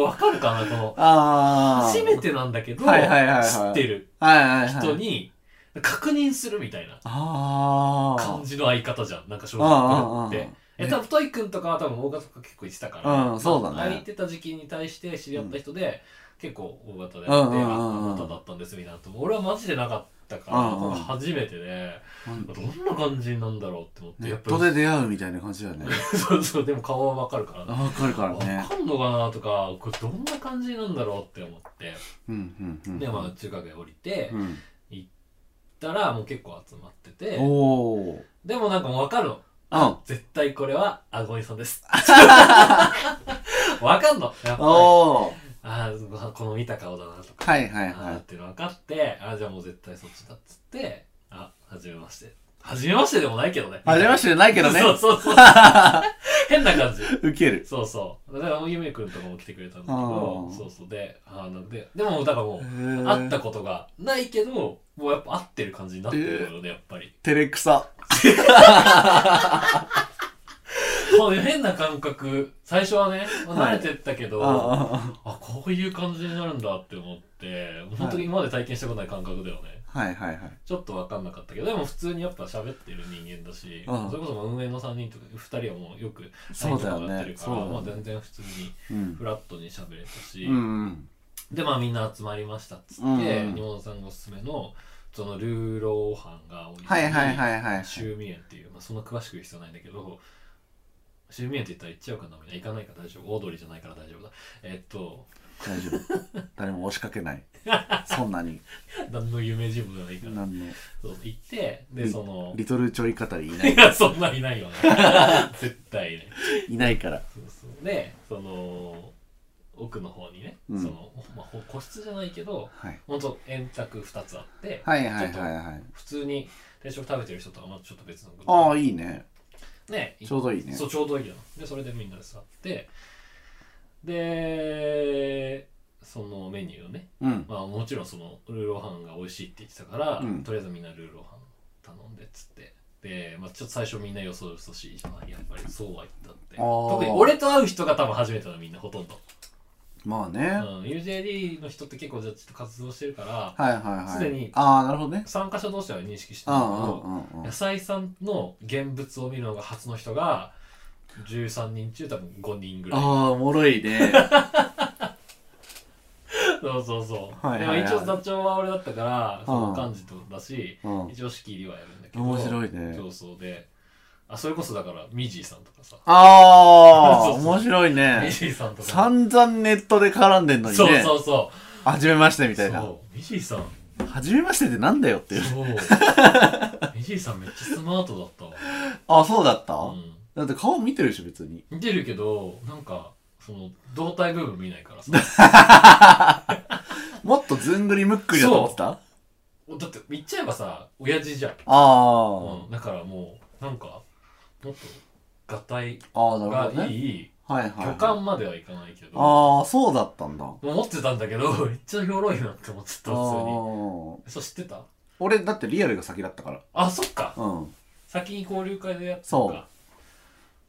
S2: れわかるかなこの、
S1: ああ
S2: 初めてなんだけど、知
S1: はいはいはいはい
S2: ってる
S1: はいはいはい
S2: 人に確認するみたいな
S1: ああ
S2: 感じの相方じゃん。なんか正
S1: ああ
S2: 直これって。え、多分トイ君とかは多分大型とか結構行ってたから、
S1: うんそうだね
S2: まあ空いてた時期に対して知り合った人で、結構大型で
S1: うん
S2: あって、
S1: うん
S2: あ
S1: うんうん
S2: あなただったんですみたいなと俺はマジでなかったから、
S1: うんうん
S2: これ初めてで、
S1: うん
S2: どんな感じなんだろうって思って、
S1: ネ
S2: や
S1: ッ
S2: っ
S1: ト
S2: ぱ
S1: で出会うみたいな感じだよね
S2: り、 そうそう、でも顔はわかるから、
S1: わかるから
S2: わ
S1: ね
S2: かんのかなとか、これどんな感じなんだろうって思って、
S1: うんうんうん
S2: で、まあ中華街降りて、
S1: う
S2: 行っ
S1: ん
S2: たらもう結構集まってて、
S1: おお
S2: でもなんかもうわかるの。
S1: うん
S2: 絶対これはあごいさん です。わかんの。やっぱり
S1: おー
S2: ああ、この見た顔だなとか、
S1: はいはい
S2: あー
S1: は
S2: っていうの分かって、ああ、じゃあもう絶対そっちだっつって、あ、はじめまして。はじめましてでもないけどね。
S1: いはじめましてじゃないけどね
S2: そうそうそう。変な感じ。
S1: ウケる
S2: そうそう。だから、ゆめくんとかも来てくれたんだけ
S1: あ
S2: ど
S1: ー、
S2: そうそうで、ああ、なんで、でも、だからもう、会
S1: あ
S2: ったことがないけど、もうやっぱ会ってる感じになってるよね、やっぱり。
S1: 照れくさ
S2: こういう変な感覚、最初はね、慣れてったけど、
S1: あ
S2: あこういう感じになるんだって思って本当に今まで体験したことない感覚だよね、
S1: あはいはいはい
S2: ちょっと分かんなかったけどでも普通にやっぱ喋ってる人間だし、
S1: うん
S2: それこそもう運営の3人とか2人はもうよく
S1: そうだよね
S2: ラインとかやってるか
S1: そう
S2: ら、
S1: だよね
S2: まあ、全然普通に
S1: うん
S2: フラットに喋れたし、
S1: うん
S2: でまあみんな集まりましたっつって、
S1: うんうん
S2: 日本さんがおすすめのそのルーローハンが多い
S1: はいはいはいはい
S2: シューミエンっていう、まあ、そんな詳しく言う必要ないんだけど、シューミエンって言ったら行っちゃうかなみたいな、行かないから大丈夫、オードリーじゃないから大丈夫だ。えっと、
S1: 大丈夫誰も押しかけ ないそんなに
S2: 何の有名人もないから、
S1: 何の
S2: そう行ってで
S1: リ
S2: その
S1: リトルちょい語りいない
S2: いやそんないな いよね絶対ね
S1: いないから
S2: そうそうでその奥の方にね、
S1: うん
S2: その、まあ、ほ個室じゃないけど
S1: はい
S2: ほんと円卓2つあって、
S1: はいはいはいはい
S2: 普通に定食食べてる人とはまたちょっと別のグル
S1: あ
S2: ー
S1: あいいね
S2: プね
S1: ちょうどいいね
S2: そうちょうどいいよでそれでみんなで座ってでそのメニューをね
S1: うん
S2: まあもちろんそのルーローハンが美味しいって言ってたから、
S1: うん
S2: とりあえずみんなルーローハン頼んでっつってて、まあ、ちょっと最初みんなよそよそしいじゃないやっぱりそうは言ったって
S1: あー
S2: 特に俺と会う人が多分初めてのみんなほとんど、
S1: まあ
S2: う
S1: ね。
S2: ん、UJD の人って結構ジャッジと活動してるから
S1: はいはいはい。
S2: すでに
S1: ああ、なるほどね。
S2: 参加者同士は認識して
S1: う
S2: るんだけ
S1: んうん
S2: ど
S1: うんうん
S2: 野。菜さんの現物を見るのが初の人が13人中多分5人ぐらい
S1: ああ、おもろいね。
S2: そうそうそう、
S1: はいはいはい
S2: でも一応座長は俺だったからその幹事とだし、
S1: うん
S2: 一応仕切りはやるんだけど
S1: 面白いね。
S2: そうそうであそれこそだからミジーさんとかさ
S1: ああ、
S2: そうそう
S1: 面白い
S2: ミ
S1: ね。
S2: ジーさんとか、
S1: 散々ネットで絡んでんのに
S2: そう
S1: ね。
S2: そうそ
S1: はじめましてみ
S2: う
S1: たいな。
S2: そうミジーさん
S1: はじめましてってなんだよっていう。
S2: そう ミジーさんめっちゃスマートだったわ
S1: あ、そうだった、
S2: うん
S1: だって顔見てるでしょ、別に。
S2: 見てるけどなんかその胴体部分見な いからさ
S1: もっとずんぐりむっくりだと思ってたあ
S2: だって言っちゃえばさ親父じゃん
S1: あー、
S2: うん、だからもうなんかもっと合体
S1: ああ、な
S2: が
S1: るほど
S2: い
S1: ね。
S2: い
S1: はいはい、
S2: 巨漢まではいかないけど、
S1: ああ、そうだったんだ。
S2: 思ってたんだけど めっちゃひょろいなって思ってた普
S1: ああ
S2: 通にそう知ってた
S1: 俺、だってリアルが先だったから。
S2: あそっか
S1: うん。
S2: 先に交流会でやった
S1: そう
S2: か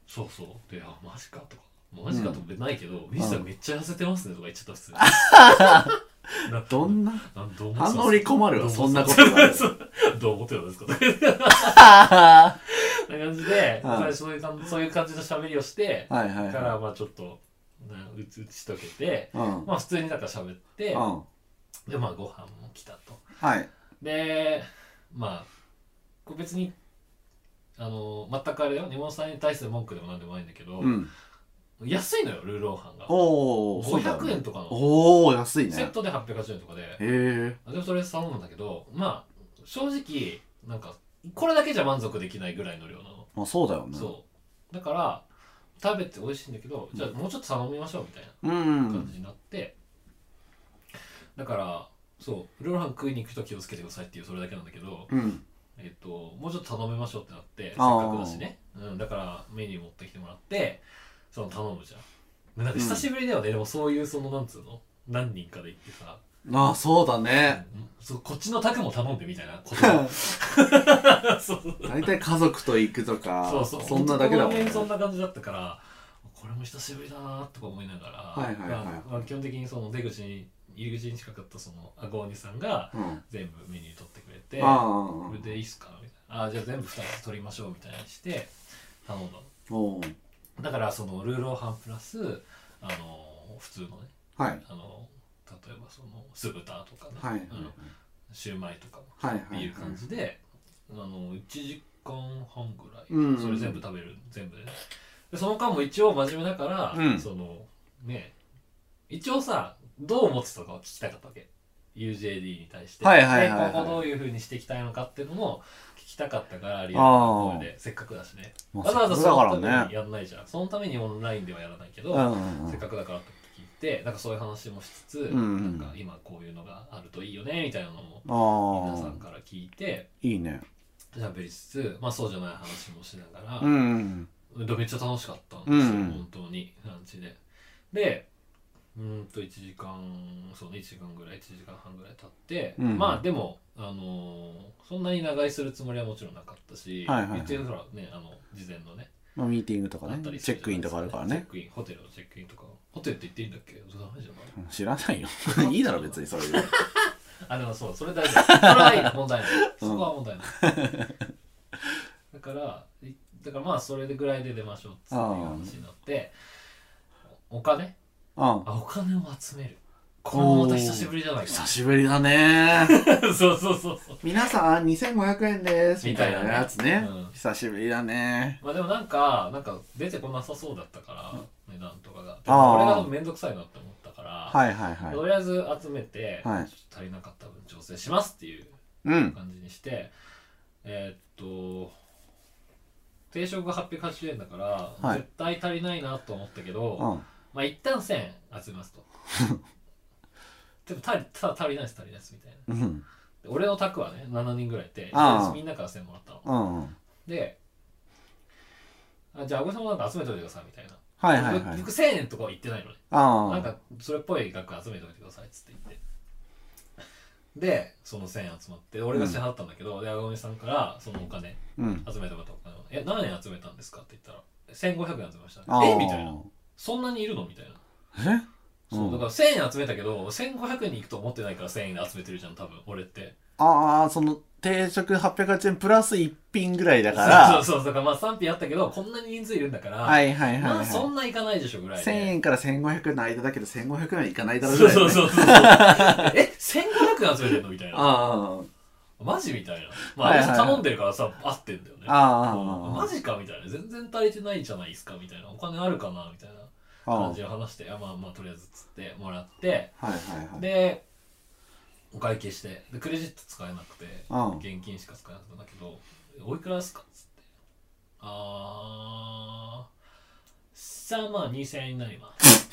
S2: そうそうであマジかとかマジかとかないけど、ミスさんめっちゃ痩せてますねとか言っちゃった普通にな
S1: どん な
S2: なんどう思ってたんですか
S1: 反応に困るわ、
S2: ど
S1: そ
S2: うん思
S1: な
S2: って
S1: こ
S2: た
S1: と
S2: ん
S1: がある
S2: ですかどう思ってたんですかとか
S1: は
S2: な感じで、
S1: うん
S2: 最初そういう感じそういう感じの喋りをして
S1: い、はいはい。
S2: からまあちょっとなうつうちとけて
S1: うん。うん。
S2: まあ普通になんか喋って、
S1: は
S2: でまあご飯も来たと
S1: い。
S2: でまあこれ別にあの全くあれだよ根本さんに対する文句でもなんでもないんだけど、
S1: うん。
S2: 安いのよルーローハンが
S1: おお、そうだよ
S2: 500
S1: ね
S2: 円。とかの
S1: おお、安い
S2: セ
S1: ね
S2: ッ。トで880円とかで、
S1: へえ。
S2: あでもそれ頼むんだけどまあ正直なんかこれだけじゃ満足できないぐらいの量なの、
S1: まあそうだよね。
S2: そうだから食べて美味しいんだけどじゃあもうちょっと頼みましょうみたいな
S1: う
S2: 感
S1: ん。
S2: じになって、だからそうルーローハン食いに行くと気をつけてくださいっていうそれだけなんだけど、
S1: うん。
S2: えっと、もうちょっと頼みましょうってなってせっ
S1: あー
S2: かくだしね、うん、だからメニュー持ってきてもらってその頼むじゃんでなんか久しぶりだよね、でもそういうそのなんつうの何人かで行ってさ、
S1: ああ、そうだ
S2: う
S1: ね。
S2: んそうこっちの宅も頼んでみた いなことそう
S1: 大体家族と行くとか、
S2: そうそう
S1: そんなだけだもん
S2: 本当
S1: ね。
S2: この辺そんな感じだったからこれも久しぶりだなとか思いながら、
S1: はいはいはい
S2: まあまあ基本的にその出口に入り口に近かったそのアゴーニさんが
S1: うん。
S2: 全部メニュー取ってくれて
S1: ああ
S2: これでいいっすかみたいなあじゃあ全部2つ取りましょうみたいにして頼んだの
S1: おー
S2: だからそのルーローハンプラスあの普通のね
S1: はい。
S2: あの例えばその酢豚とかね、
S1: はいはい
S2: うんシューマイとかも
S1: はいはい
S2: っ
S1: は
S2: てい。
S1: いう
S2: 感じで、あの1時間半ぐらい、
S1: うん
S2: それ全部食べる全部で,、でその間も一応真面目だから、
S1: うん
S2: そのね一応さどう思ってたかを聞きたかったわけ UJD に対して、
S1: はいはいはいはい
S2: で今後どういうふうにしていきたいのかっていうのも聞きたかったからリアルな声でせっかくだしね
S1: まあ
S2: わざわざ
S1: せ
S2: そ
S1: っかく
S2: の
S1: だか
S2: た
S1: ら
S2: め
S1: ね
S2: にやんないじゃん、そのためにオンラインではやらないけど、
S1: うんうんう
S2: せっ
S1: ん。
S2: かくだからって聞いてなんかそういう話もしつつ、
S1: んうん
S2: なんか今こういうのがあるといいよねみたいなのも皆さ
S1: あ
S2: ん
S1: あ、
S2: から聞いて
S1: いいね。
S2: 喋りつつ、まあ、そうじゃない話もしなが
S1: う
S2: ら、
S1: ん。
S2: でめっちゃ楽しかったんですよ、
S1: うん
S2: 本当にランチででうーんと1時間そうね1時間ぐらい1時間半ぐらい経って、
S1: うん
S2: まあでも、あのーそんなに長居するつもりはもちろんなかったし、
S1: はいはいはい
S2: 言ってほらねあの事前のね
S1: まあミーティングとか
S2: あった
S1: ね、
S2: り
S1: チ
S2: す
S1: ェ
S2: る
S1: ック
S2: じゃな
S1: イ
S2: い
S1: ン
S2: で
S1: と
S2: す
S1: かあるから
S2: チェッ
S1: ね。
S2: クインホテルのチェックインとかホテルって言っていいんだっけダメじゃない
S1: 知らないよ。 いいだろ、別にそれで。
S2: あ、でもそう、それ大丈夫。それはいい、問題ない。そこは問題ない。だから、いだからまあ、それぐらいで出ましょうっていう話になって、お金
S1: うん。
S2: あ、お金を集める。これもまた久しぶりじゃないか
S1: 久。しぶりだね。
S2: そうそうそうそ う。
S1: 皆さん、2500円です。みたいなやつ
S2: みた
S1: ね
S2: いなねうん。
S1: 久しぶりだね。
S2: まあでもなんか、なんか出てこなさそうだったから、値段とかが。で
S1: あー
S2: も俺がめんどくさいなって思ったから、
S1: はいはいはい。
S2: とりあえず集めて、
S1: はい
S2: ちょっと足りなかった分調整しますっていう
S1: うん。
S2: 感じにしてえーっと定食が880円だから、
S1: はい
S2: 絶対足りないなと思ったけど、
S1: うん。
S2: まあ一旦1000円集めますと でも足りた足りないです足りないですみたいな
S1: うん。
S2: で俺の宅はね7人ぐらいいて
S1: ああ
S2: とりあえずみんなから1000円もらった
S1: う
S2: の
S1: ん。
S2: であじゃあごさんもなんか集めておいてくださいみたいな、
S1: はいはいはい
S2: 僕。僕1000円とかは言ってないのね
S1: あ
S2: なん
S1: あ。
S2: かそれっぽい額集めておいてくださいっつって言ってでその1000円集まって俺が支払ったんだけど、で赤米さんからそのお金、
S1: うん
S2: 集めた方お金を「え何円集めたんですか?」って言ったら「1500円集めました、
S1: あー
S2: えみたいなそんなにいるのみたいな
S1: え
S2: そう
S1: うん
S2: だから1000円集めたけど1500円に行くと思ってないから1000円で集めてるじゃん多分俺って
S1: ああその定食800円プラス1品ぐらいだから
S2: そうそうそうだからまあ賛否あったけどこんなに人数いるんだから、
S1: はいはいはいはい
S2: まあそんないかないでしょぐらい
S1: 1000
S2: で
S1: 円から1500円の間だけど1500円はいかないだろ
S2: そう
S1: い
S2: そ うそうそうえ1500円集めてんのみたいな
S1: あ
S2: マジみたいなま
S1: はい
S2: あ
S1: はいはい
S2: 私頼んでるからさ合ってんだよね
S1: あああ
S2: うん
S1: ああ
S2: マジかみたいな全然足りてないじゃないですかみたいなお金あるかなみたいな
S1: ああ
S2: 感じで話していやまあまあとりあえずつってもらって
S1: はいはいはい
S2: でお会計してでクレジット使えなくて
S1: うん
S2: 現金しか使えなかったんだけど「おいくらですか?」っつって「あーさあまあ2000円になります」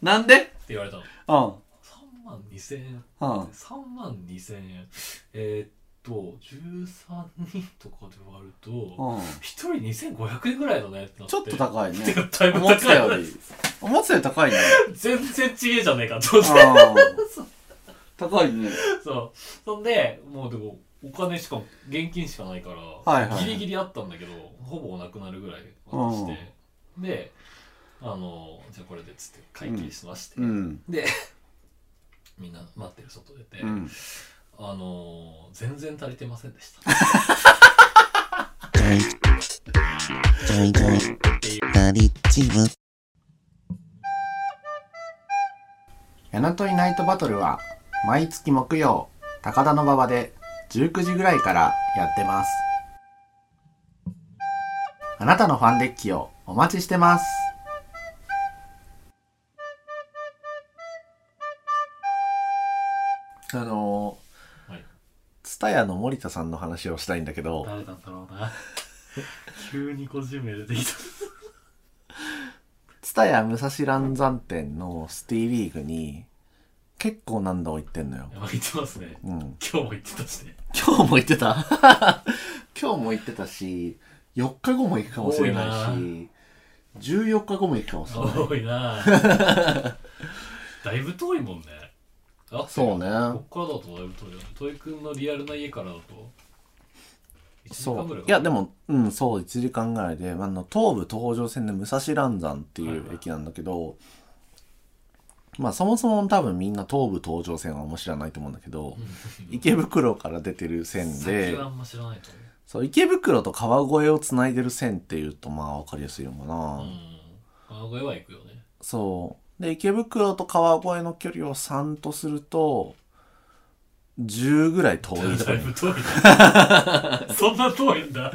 S1: なんで
S2: って言われたの
S1: うん
S2: 3万2000円
S1: うん
S2: 3万2000円えーっと13人とかで割ると
S1: うん
S2: 1人2500円ぐらいだねってなって
S1: ちょっと高いね
S2: てかだいぶ
S1: 思って
S2: 高
S1: た
S2: い
S1: より思ってたより高いね
S2: 全然ちげえじゃねえかと思って
S1: あ高いね
S2: そうそんでもうでもお金しかも現金しかないから、
S1: はいはいはい
S2: ギリギリあったんだけどほぼなくなるぐらい渡して、であのじゃあこれでっつって会計しまして、
S1: うん
S2: でみんな待ってる外出て、
S1: うん
S2: あの全然足りてませんでした
S1: やなといナイトバトルは毎月木曜高田の馬場で19時ぐらいからやってますあなたのファンデッキをお待ちしてますあの
S2: はい
S1: 蔦屋の森田さんの話をしたいんだけど
S2: 誰なんだろうな 急に個人名出てきた
S1: 蔦屋武蔵蘭山店のスティーリーグに結構何度も行ってんのよ
S2: やばい言ってますね、
S1: うん
S2: 今日も言ってたしね
S1: 今日も行ってた 今日も行ってたし4日後も行くかもしれないし14日後も行くかもしれない
S2: 多い なだいぶ遠いもんねあ
S1: そうね
S2: こっからだとだいぶ遠いよね戸井君のリアルな家からだと1時
S1: そ
S2: 間ぐら
S1: う
S2: い
S1: いやでもうんそう1時間ぐらいであの東武東上線で武蔵蘭山っていう駅なんだけど、まあそもそも多分みんな東武東上線はあんま知らないと思うんだけど池袋から出てる線
S2: 先
S1: で
S2: はあんま知らないと思
S1: そう池袋と川越をつないでる線っていうとまあ分かりやすいのかな、
S2: ううん川越は行くよね
S1: そう。で、池袋と川越の距離を3とすると、10ぐらい遠いとこ
S2: だい
S1: に。
S2: ぶ遠い なそんな遠いん
S1: う
S2: だ
S1: ん。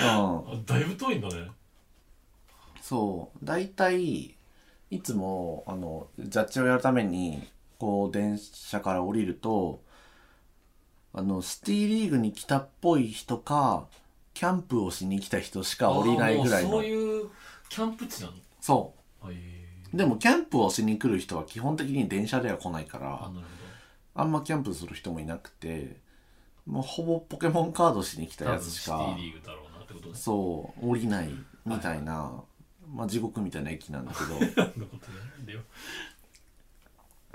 S2: あだいぶ遠いんだね
S1: そう。大体、いつも、あの、ジャッジをやるために、こう、電車から降りると、あの、シティリーグに来たっぽい人か、キャンプをしに来た人しか降りないぐらい
S2: あー
S1: の。
S2: もうそういうキャンプ地なの
S1: そ
S2: あ
S1: う。でも、キャンプをしに来る人は基本的に電車では来ないから。
S2: あなる
S1: あんまキャンプする人もいなくて、もうほぼポケモンカードしに来た
S2: ほど多
S1: や
S2: 分
S1: つし
S2: シテ
S1: か
S2: ィ、リーグだろうなってことね
S1: そう、降りないみたいな、まあ地獄みたいな駅なんだけど、
S2: そ んなことないんだよ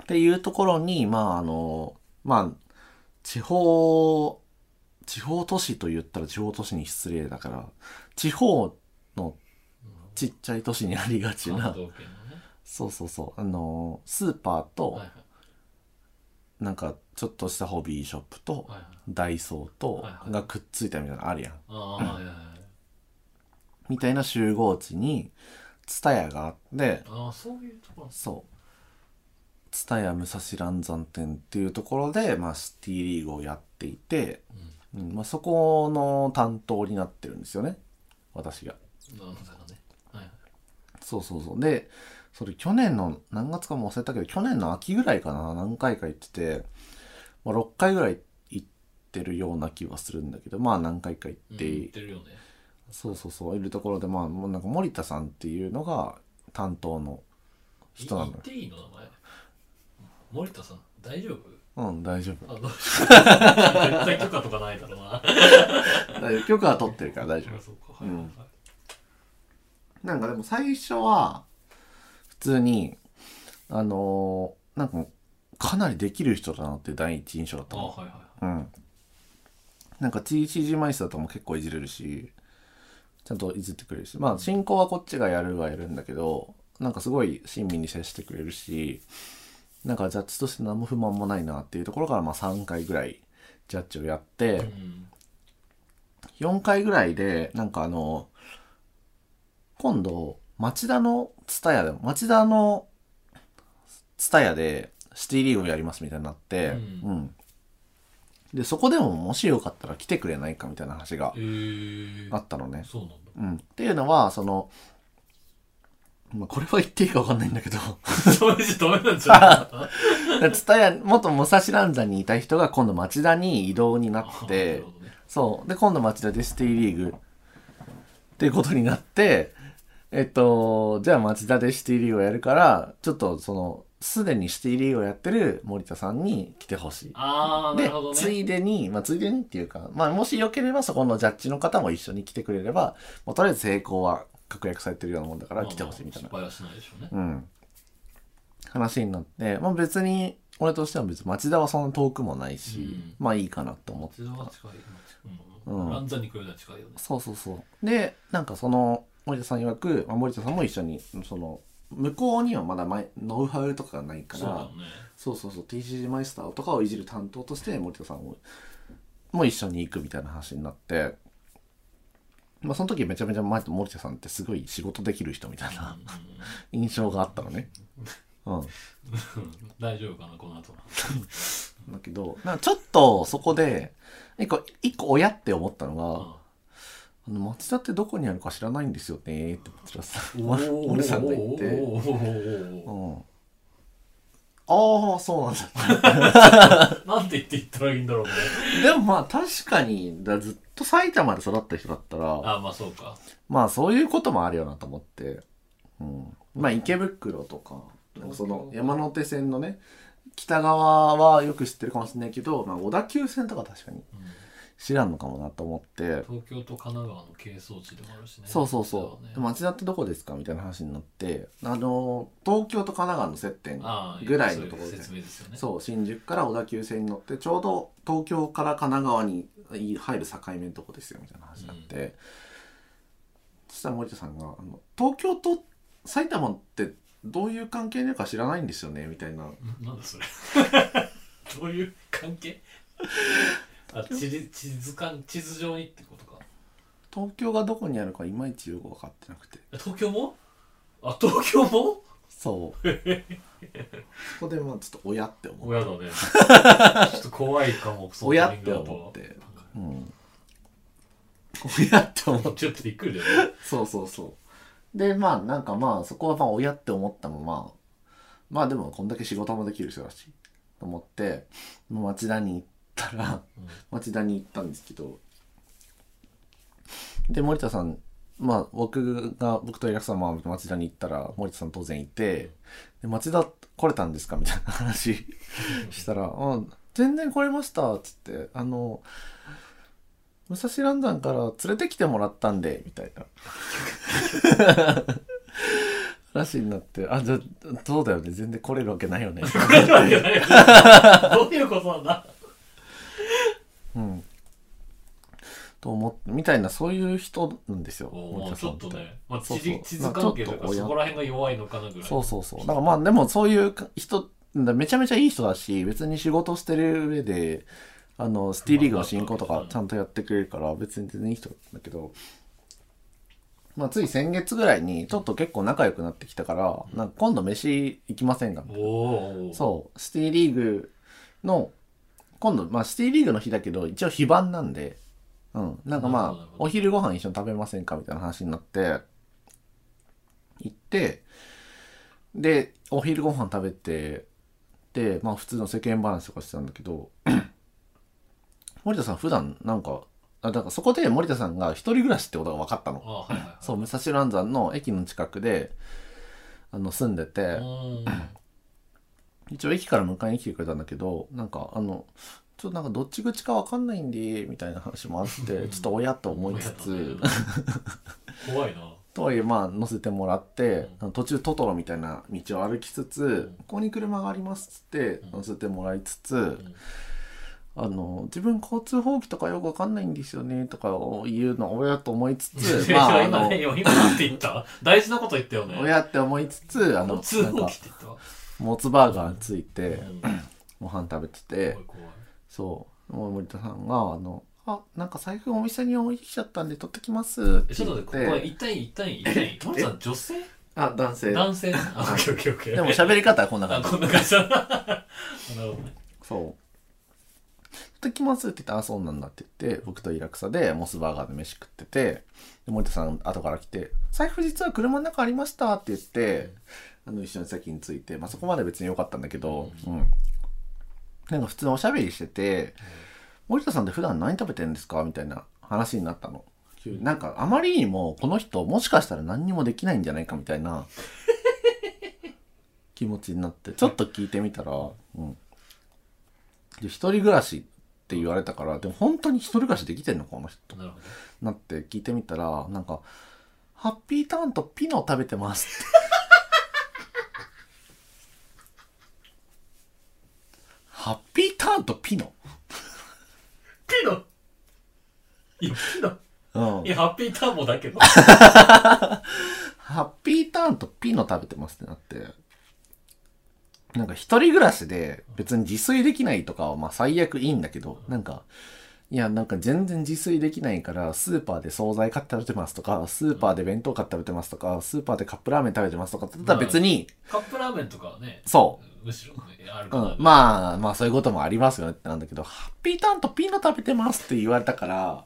S1: っていうところに、まああの、まあ、地方、地方都市と言ったら地方都市に失礼だから、地方のちっちゃい都市にありがち
S2: 関
S1: な
S2: 東、圏のね
S1: そうそうそう、あの、スーパーと
S2: はい、
S1: なんかちょっとしたホビーショップと
S2: はいはい、
S1: ダイソーと
S2: はいはい
S1: がくっついたみたいなのあるやん。
S2: ああーはいはいはい
S1: みたいな集合地に、ツタヤがあって、
S2: ああそういうところ
S1: そう。ツタヤ武蔵蘭山店っていうところで、まあ、シティリーグをやっていて、うんまあ、そこの担当になってるんですよね。私が。
S2: なんだかねはいはい
S1: そうそうそう。で、それ去年の、何月かも忘れたけど、去年の秋ぐらいかな、何回か行ってて、まあ、6回ぐらい行ってるような気はするんだけど、まあ何回か行って、
S2: うん言ってるよね
S1: そうそうそういるところでまあもうなんか森田さんっていうのが担当の人なの
S2: 言っていいの名前森田さん大丈夫
S1: ようん大丈夫
S2: あどうしよう絶対許可とかないだろうな
S1: 大丈夫許可は取ってるから大丈
S2: あ
S1: 夫
S2: そうかはいはいはい
S1: なんかでも最初は普通にあのーなんかかなりできる人だなって第一印象だったの
S2: あはいはい
S1: うんなんか TCG マイスだとも結構いじれるしちゃんといじってくれるしまあ進行はこっちがやるはやるんだけどなんかすごい親身に接してくれるしなんかジャッジとして何も不満もないなっていうところからまあ3回ぐらいジャッジをやって、4回ぐらいでなんかあの今度町田のツタヤで町田のツタヤでシティリーグをやりますみたいになって、うんでそこでももしよかったら来てくれないかみたいな話があったのね。
S2: そうなんだ
S1: うん、っていうのはその、まあ、これは言っていいか分かんないんだけど
S2: それじゃダメなんじゃない
S1: ツタヤ元武蔵蘭山にいた人が今度町田に移動になって、そうで今度町田でシティリーグっていうことになってえっとじゃあ町田でシティリーグをやるからちょっとそのすでにシティリーグをやってる森田さんに来てほしい
S2: あーな
S1: で
S2: るほどね
S1: ついでに、まあ、ついでにっていうか、まあ、もしよければそこのジャッジの方も一緒に来てくれればもうとりあえず成功は確約されてるようなもんだから来てほしいみたいな
S2: 失敗はしないでしょうね
S1: うん、話になって、まあ、別に俺としては別に町田はそんな遠くもないし、まあいいかなと思って
S2: 自動は近い
S1: うん
S2: 乱山に比べたら近いよね
S1: そうそうそうでなんかその森田さん曰く、まあ、森田さんも一緒にその向こうにはまだ前ノウハウとかがないから
S2: そうだよね
S1: そうそうそう TCG マイスターとかをいじる担当として森田さんをもう一緒に行くみたいな話になって、まあ、その時めちゃめちゃ前と森田さんってすごい仕事できる人みたいな印象があったのね。うん、
S2: 大丈夫かなこの後
S1: だけどなんかちょっとそこで一個一個親って思ったのが、あの町田ってどこにあるか知らないんですよねって松田さん
S2: おー
S1: 森さんが言って
S2: おーおー
S1: うん、ああそうなんだ
S2: なんて言って言ったらいいんだろうね
S1: でもまあ確かにだずっと埼玉で育った人だったら
S2: あまあそうか
S1: まあそういうこともあるよなと思って、うん、まあ池袋とかなんかその山手線のね北側はよく知ってるかもしれないけど、まあ、小田急線とか確かに知らんのかもなと思って、
S2: 東京と神奈川の係争地でもあるしね
S1: そうそうそう、町田ってどこですかみたいな話になってあの東京と神奈川の接点
S2: ああ
S1: ぐらいのところで
S2: そういう説明ですよね
S1: そう新宿から小田急線に乗ってちょうど東京から神奈川に入る境目のとこですよみたいな話になって、そしたら森田さんがあの「東京と埼玉ってどういう関係なのか知らないんですよね」みたいな。
S2: んなんだそれ どういう 関係あ地理地図関地図上にってことか
S1: 東京がどこにあるかいまいちよく分かってなくて
S2: 東京もあ東京も
S1: そうそこでまあちょっと親って思って
S2: 親だねちょっと怖いかもその
S1: 親
S2: タイ
S1: っ
S2: ミング
S1: て
S2: だと
S1: 思って、うん、親って思って
S2: ちょっとびっくりだよね
S1: そうそうそうでまあなんかまあそこはまあ親って思ったまままあでもこんだけ仕事もできる人だしと思ってもう町田に行ったら、町田に行ったんですけどで森田さんまあ僕が僕とイラクさんも町田に行ったら森田さん当然いて「で町田来れたんですか?」みたいな話したら「うん全然来れました」っつって「あの武蔵蘭山から連れてきてもらったんで」みたいな話になって「あじゃあそうだよね全然来れるわけないよ ね」
S2: どういうことなんだ
S1: うん、と思ってみたいなそういう人なんですよ森
S2: も
S1: 田
S2: うち
S1: さ
S2: ょ
S1: ん
S2: ってとね、まあ、
S1: そう
S2: 地
S1: そう
S2: 理地図関係と
S1: まあち
S2: か
S1: ょっ
S2: そ
S1: と
S2: こら辺が弱いのかなぐらいの
S1: そうそうそうだからまあでもそういう人だめちゃめちゃいい人だし別に仕事してる上であのスティーリーグの進行とかちゃんとやってくれるから別に全然いい人だけど、まあ、つい先月ぐらいにちょっと結構仲良くなってきたから、なんか今度飯行きませんかみたいな
S2: おお
S1: そう、シティリーグの、今度、まあ、シティリーグの日だけど、一応非番なんで、うん、なんか
S2: なるほどな
S1: ま
S2: る
S1: あ
S2: ほ、ど
S1: お昼ご飯一緒に食べませんかみたいな話になって、行って、で、お昼ご飯食べて、で、まあ、普通の世間話とかしてたんだけど、 森田さん、普段なんか、あだからそこで森田さんが一人暮らしってことが分かったの。
S2: あはいはい
S1: そう、武蔵蘭山の駅の近くで、あの、住んでて、
S2: う
S1: 一応駅から迎えに来てくれたんだけどなんかあのちょっとなんかどっち口かわかんないんでみたいな話もあってちょっと親と思いつつ
S2: ーん怖いな
S1: とはいえまあ乗せてもらって、あの途中トトロみたいな道を歩きつつ、ここに車がありますっつって乗せてもらいつつ、あの自分交通法規とかよくわかんないんですよねとかを言うの親と思いつつ まああ
S2: 今
S1: の
S2: ね、今なんて言った大事なこと言ったよね。
S1: 親って思いつつあの
S2: 通
S1: なん
S2: 報
S1: か
S2: 来てた。
S1: モツバーガーについてご飯食べてて
S2: 怖い怖い
S1: そう森田さんがあの「あなんか財布お店に置いてきちゃったんで取ってきます」って
S2: えちょっ
S1: 言っ
S2: と待って、これ
S1: て
S2: 一対一対一。トムさん女性
S1: あ男性
S2: 男性あ、オッケーオッケーオッケー。
S1: でも喋り方はこんな
S2: あ、
S1: 感じ
S2: こんな 感じだ。なるほどね。
S1: そう「取ってきます」って言って「あそうなんだ」って言って僕とイラクサでモスバーガーで飯食っててで森田さん後から来て「財布実は車の中ありました」って言ってあの一緒に席について、まあ、そこまで別に良かったんだけど、うん、なんか普通におしゃべりしてて「森田さんって普段何食べてるんですか?」みたいな話になったの。急になんかあまりにもこの人もしかしたら何にもできないんじゃないかみたい な気持ちになってちょっと聞いてみたら、うん、で一人暮らしって言われたからでも本当に一人暮らしできてんのこの人
S2: なるほど。
S1: なって聞いてみたらなんか「ハッピーターンとピノ食べてます」ってハッピーターンとピノ
S2: ピノいや、ピノ
S1: うん
S2: いや、ハッピーターンもだけど。
S1: ハッピーターンとピノ食べてますってなって。なんか一人暮らしで別に自炊できないとかはまあ最悪いいんだけど、なんか、いやなんか全然自炊できないからスーパーで惣菜買って食べてますとか、スーパーで弁当買って食べてますとか、スーパーでカップラーメン食べてますとかだったら別に、
S2: カップラーメンとかはね、
S1: そ
S2: むしろね、ある
S1: う、
S2: か
S1: う
S2: ら
S1: ん、まあまあそういうこともありますよねってなんだけど、ハッピーターンとピノ食べてますって言われたから、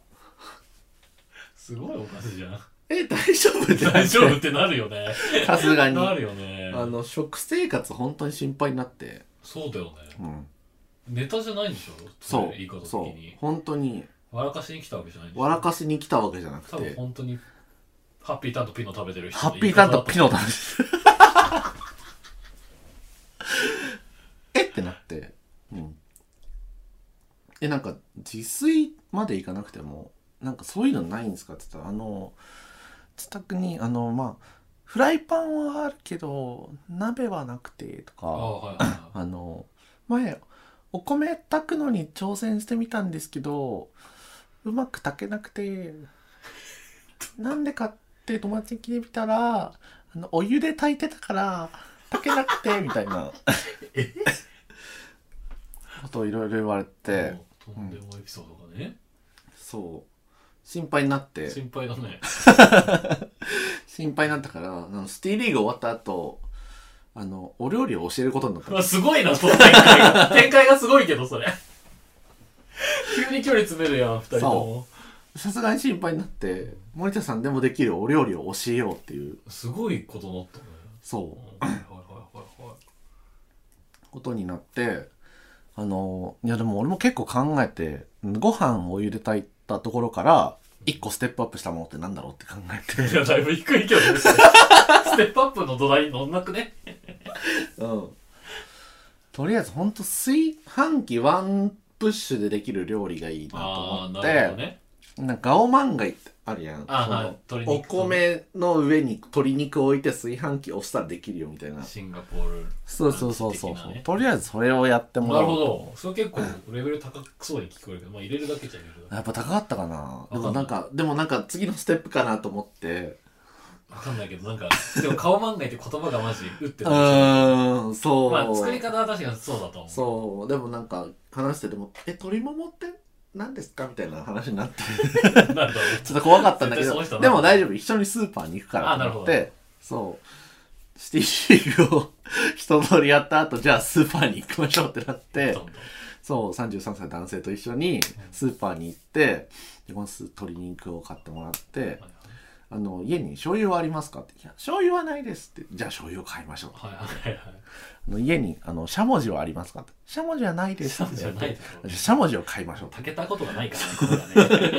S2: すごいおかずじゃ ん。
S1: え、大丈夫ってなって
S2: 大丈夫ってなるよね。
S1: さすがに。
S2: なるよね。
S1: あの、食生活本当に心配になって、
S2: そうだよね。
S1: うん。
S2: ネタじゃないんでしょ
S1: そう
S2: れ言い方的
S1: そう
S2: に。
S1: 本当に
S2: 笑かしに来たわけじゃないんでしょ
S1: 笑かしに来たわけじゃなく
S2: 多分
S1: て
S2: 本当に、ハッピーターンとピノ食べてる人
S1: ハ
S2: の
S1: ッピ
S2: 言い
S1: ーター
S2: 方
S1: ン
S2: だ
S1: と
S2: と
S1: ピノだし えってなって、うん、えなんか自炊までいかなくてもなんかそういうのないんですかって言ったらあの自宅にあのまあフライパンはあるけど鍋はなくてとか
S2: ああ、はいはいはい。
S1: あの前お米炊くのに挑戦してみたんですけどうまく炊けなくてなんでかって友達に聞いてみたらあのお湯で炊いてたから炊けなく てみたいなことをいろいろ言われて
S2: とんでもエピソードがね、
S1: そう心配になって
S2: 心配だね
S1: 心配になったからあのシティリーグ終わった後あのお料理を教えることになった
S2: あすごいなその展開が展開がすごいけ どそれ急に距離詰めるやん二人とも
S1: さすがに心配になって森田さんでもできるお料理を教えようっていう
S2: すごいことになったね
S1: そう
S2: はいはいはいはいはい
S1: ことになってあのいやでも俺も結構考えてご飯を茹でたいったところから一個ステップアップしたものってなんだろうって考え
S2: い
S1: て、
S2: やだいぶ低いけどねそれステップアップの土台に乗んなくね
S1: うん、とりあえずほんと炊飯器ワンプッシュでできる料理がいいなと
S2: あ
S1: 思
S2: あ
S1: っ
S2: なる
S1: て
S2: ほどね
S1: なんかガオマンガイってあるやん
S2: あ
S1: その
S2: はい鶏
S1: お
S2: 肉と
S1: 米の上に鶏肉を置いて炊飯器押したらできるよみたいな
S2: シンガポール
S1: そうそうそうそう、
S2: 的なね
S1: とりあえずそれをやっても
S2: な
S1: らお
S2: る
S1: う
S2: ほどそれ結構レベル高そうに聞こえるけどまあ入れるだけじゃ入れるだ
S1: やっぱ高かったかなでも
S2: わ
S1: な
S2: か
S1: ん
S2: ん
S1: かでもなんか次のステップかなと思って
S2: けわかんないけどなんかでも顔漫画って言葉がマジ打っ
S1: う
S2: てたでしょ
S1: ーんそう、
S2: まあ作り方は確かにそうだと思う
S1: そうでもなんか話してても「え鶏ももって何ですか?」みたいな話になって
S2: なんだろう
S1: ちょっと怖かったんだけ
S2: 絶対その人
S1: ど
S2: な
S1: でも大丈夫一緒にスーパーに行くから
S2: あなる
S1: と
S2: ほ
S1: 思
S2: ど
S1: ってそうシティシーグを 一通りやった後じゃあスーパーに行きましょうってなって
S2: どんどん
S1: そう33歳男性と一緒にスーパーに行ってでこのス鶏肉を買ってもらってあの家に醤油はありますかって「いや醤油はないです」って「じゃあ醤油を買いましょう」
S2: はいはいはいは
S1: あ
S2: い。
S1: の家にあのしゃもじはありますかって「しゃもじはないです」
S2: シャ
S1: っ
S2: ム
S1: て
S2: じ
S1: 言
S2: ゃ
S1: わ
S2: ない
S1: れ
S2: で
S1: て
S2: し
S1: 「
S2: ょ。
S1: じゃあしゃもじを買いましょう」
S2: たけたことがないからね、これがね。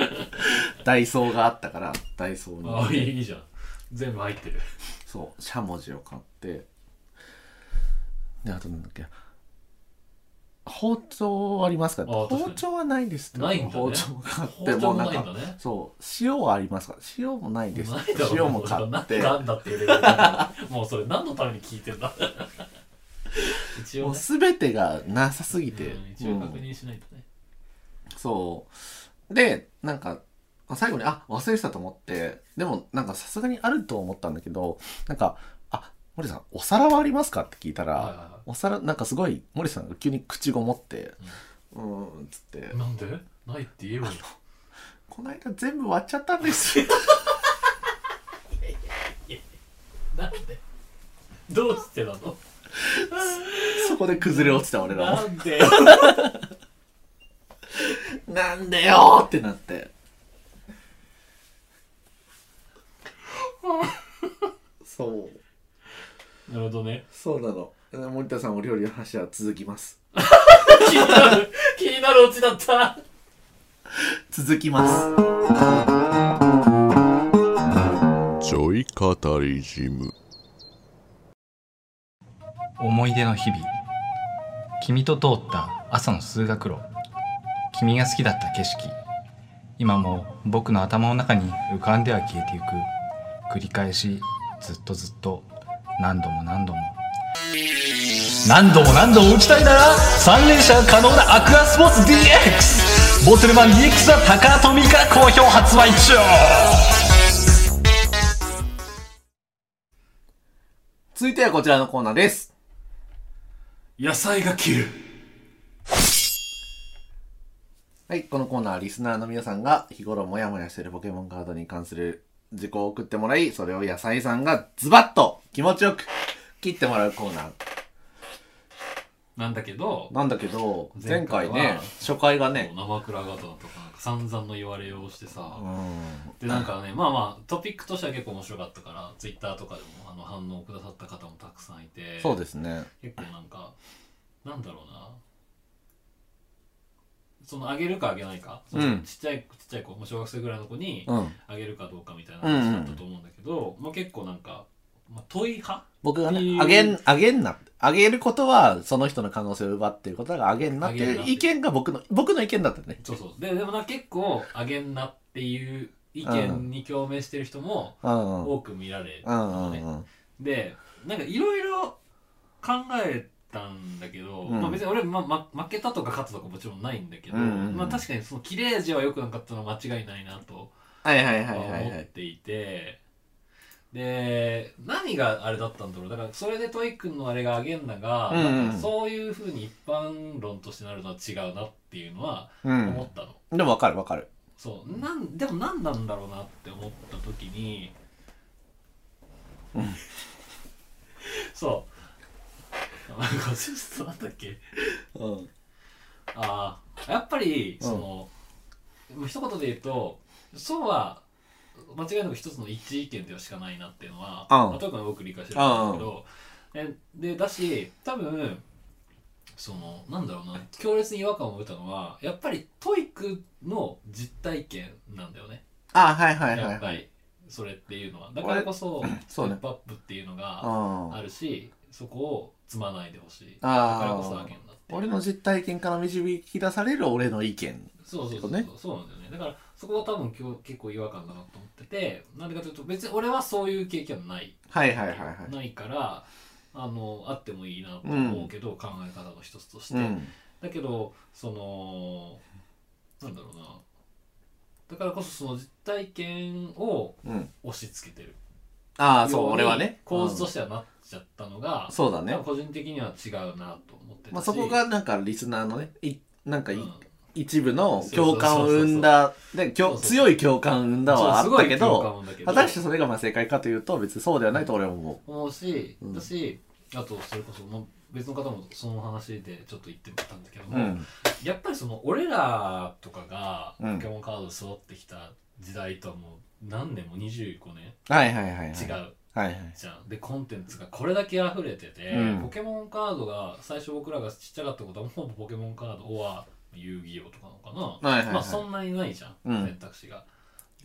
S1: ダイソーがあったからダイソーに行
S2: あ
S1: っ
S2: あ、
S1: て
S2: いいじゃん。全部入ってる。
S1: そうしゃもじを買ってであとなんだっけ包丁ありますか
S2: あ確かに
S1: 包丁はないですって
S2: ないんだね
S1: 包丁買って
S2: 包丁
S1: もう
S2: も
S1: な
S2: なんいん
S1: か
S2: だね
S1: そう塩はありますか塩もないです
S2: ないだろう
S1: 塩も買って
S2: なんだっていうレベルだねもうそれ何のために聞いてんだ一
S1: も
S2: 応
S1: う
S2: ね
S1: 全てがなさすぎて、
S2: うん一応
S1: うん
S2: 確認しないとね
S1: そうでなんか最後にあ忘れてたと思ってでもなんかさすがにあると思ったんだけどなんか「あ森さんお皿はありますか?」って聞いたら、
S2: はいはいは
S1: お皿なんかすごい森さんが急に口ごもって「うーん」んつって
S2: いなんでないって言えばい
S1: 「
S2: い
S1: この間全部割っちゃったん ですよ」
S2: なんで どうしてなの
S1: そこで崩れ落ちた俺らも
S2: なんで
S1: 「なんでよ!」ってなって そう
S2: なるほどね
S1: そうなのえ森田さんお料理の話は続きます
S2: 気になる気になるオチだった
S1: 続きます
S4: ちょい語りジム
S8: 思い出の日々君と通った朝の通学路君が好きだった景色今も僕の頭の中に浮かんでは消えてゆく繰り返しずっとずっと何度も何度も何度も何度も打ちたいなら三連射可能なアクアスポーツ DX ボトルマン DX は高富から好評発売中
S1: 続いてはこちらのコーナーです。
S2: 野菜が切る
S1: はい、このコーナーはリスナーの皆さんが日頃モヤモヤしているポケモンカードに関する事項を送ってもらい、それを野菜さんがズバッと気持ちよく切ってもらうコーナー。
S2: なんだけど
S1: なんだけど、前
S2: 前
S1: 回
S2: 回
S1: ね
S2: は、
S1: 初回がね、
S2: 生倉方とかなんか散々の言われようをしてさ、
S1: うん、
S2: でなんかねまあまあトピックとしては結構面白かったからツイッターとかでもあの反応をくださった方もたくさんいて
S1: そうですね。
S2: 結構なんかなんだろうなそのあげるかあげないか、その
S1: うん
S2: ちっちゃいちっちゃい子もう小学生ぐらいの子に
S1: うん。
S2: あげるかどうかみたいな話だったと思うんだけど、まあ、結構なんか、まあ、問い派
S1: 僕が
S2: い
S1: ね、
S2: い
S1: あげん、あげんなって。あげることは、その人の可能性を奪っていることだから、あげんなって
S2: あげ
S1: い
S2: んな
S1: う
S2: って
S1: 意見が僕の、僕の意見だったね。
S2: そうそうででもなんか結構あげんなっていう意見に共鳴してる人も
S1: うんうん。
S2: 多く見られ
S1: う
S2: た
S1: ん
S2: の
S1: う
S2: ね、
S1: んうん。
S2: でなんかいろいろ考えたんだけど、
S1: うん
S2: まあ、別に俺、まま、負けたとか勝ったとかもちろんないんだけど、
S1: うんうんうん
S2: まあ、確かにその切れ味は良くなかったのは間違いないなと
S1: はいはいはいはいは
S2: 思っ
S1: い。
S2: ていて、で何があれだったんだろうだからそれでトイ君のあれがあげんなが、
S1: うんうん
S2: なんかそういうふうに一般論としてなるのは違うなっていうのは
S1: う
S2: 思
S1: ん
S2: っ。たの。
S1: でもわかるわかる。
S2: そうなんでも何なんだろうなって思った時に、そうなんかちょっとなんだっけ
S1: うん。
S2: ああやっぱり
S1: うん
S2: その、もう一言で言うとそうは間違いなく一つの一意見ではしかないなっていうのは、
S1: うん
S2: まあ、とにかく僕理解してるんですけど、ででだし多分そのなんだろうな強烈に違和感を覚えたのはやっぱりトイックの実体験なんだよね
S1: あ、はいはいはい
S2: やっ
S1: は
S2: ぱ
S1: い。
S2: りそれっていうのはだからこそステ
S1: そうね
S2: ップアップっていうのが
S1: うん
S2: あるしそこを積まないでほしいだ
S1: あー
S2: からこそあげんなっていう
S1: 俺の実体験から導き出される俺の意見
S2: そうそう
S1: こと
S2: そう、
S1: ね
S2: そうなんだよねだからそこは多分今日結構違和感だなと思っててなんでかというと別に俺はそういう経験はない、
S1: はいはいはいはい
S2: ないからあのあってもいいなと思うけど、考え方の一つとして、
S1: うん
S2: だけどそのなんだろうなだからこそその実体験を
S1: うん
S2: 押し付けてる
S1: ああそう
S2: よに
S1: 俺はね
S2: 構図と
S1: し
S2: してはなっちゃったのが、
S1: そうだね
S2: 多分、個人的には違うなと思ってたし、
S1: まあ、そこがなんかリスナーのねいなんか
S2: う
S1: い、
S2: ん
S1: 一部の共感を生んだで
S2: そ
S1: 強
S2: うそう
S1: 強い共感を生んだはあっ
S2: そうすご
S1: た
S2: い
S1: け
S2: 共感
S1: ど
S2: なんだけど
S1: 果たしてそれがまあ正解かというと別にそうではないと俺は思
S2: 思うし、
S1: うん
S2: だしあとそれこそもう別の方もその話でちょっと言ってたんだけど
S1: う、
S2: も、
S1: うん、
S2: やっぱりその俺らとかが
S1: うん
S2: ポケモンカードで育ってきた時代とはもう何年も25年
S1: はいはいはいはい
S2: 違う
S1: はいはい
S2: じゃん、でコンテンツがこれだけ溢れてて、
S1: うん
S2: ポケモンカードが最初僕らがちっちゃかったことはほぼポケモンカードは遊戯王とかのかな、
S1: はいはいはい
S2: まあそんなにないじゃん、
S1: うん
S2: 選択肢が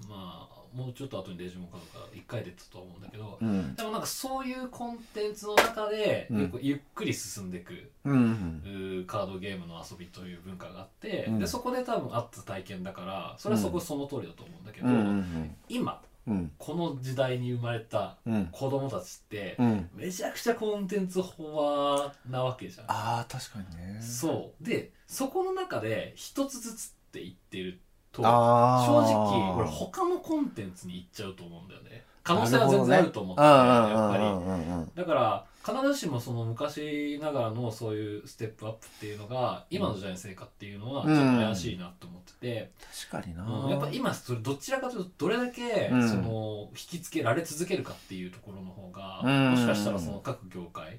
S2: まあもうちょっと後にデジモン買うから1回でと思うんだけど、
S1: うん
S2: でもなんかそういうコンテンツの中で
S1: うん
S2: 結構ゆっくり進んでいく、
S1: うんうん
S2: うーカードゲームの遊びという文化があって、
S1: うん
S2: でそこで多分あった体験だからそれはそこその通りだと思うんだけど、
S1: うんうん
S2: 今
S1: うん
S2: この時代に生まれた
S1: うん
S2: 子供たちって、
S1: うん
S2: めちゃくちゃコンテンツ飽和なわけじゃん。
S1: ああ確かにね
S2: そうでそこの中で一つずつって言ってると
S1: あー
S2: 正直俺他のコンテンツに行っちゃうと思うんだよね可能性は全然あると思って、やっぱり、
S1: ぱ
S2: だから必ずしもその昔ながらのそういうステップアップっていうのが今の時代の成果っていうのはちょっと怪しいなと思ってて、
S1: 確かにな、
S2: うんやっぱ今それどちらかというとどれだけ
S1: うん
S2: その引きつけられ続けるかっていうところの方が、
S1: うん
S2: もしかしたらその各業界、
S1: うん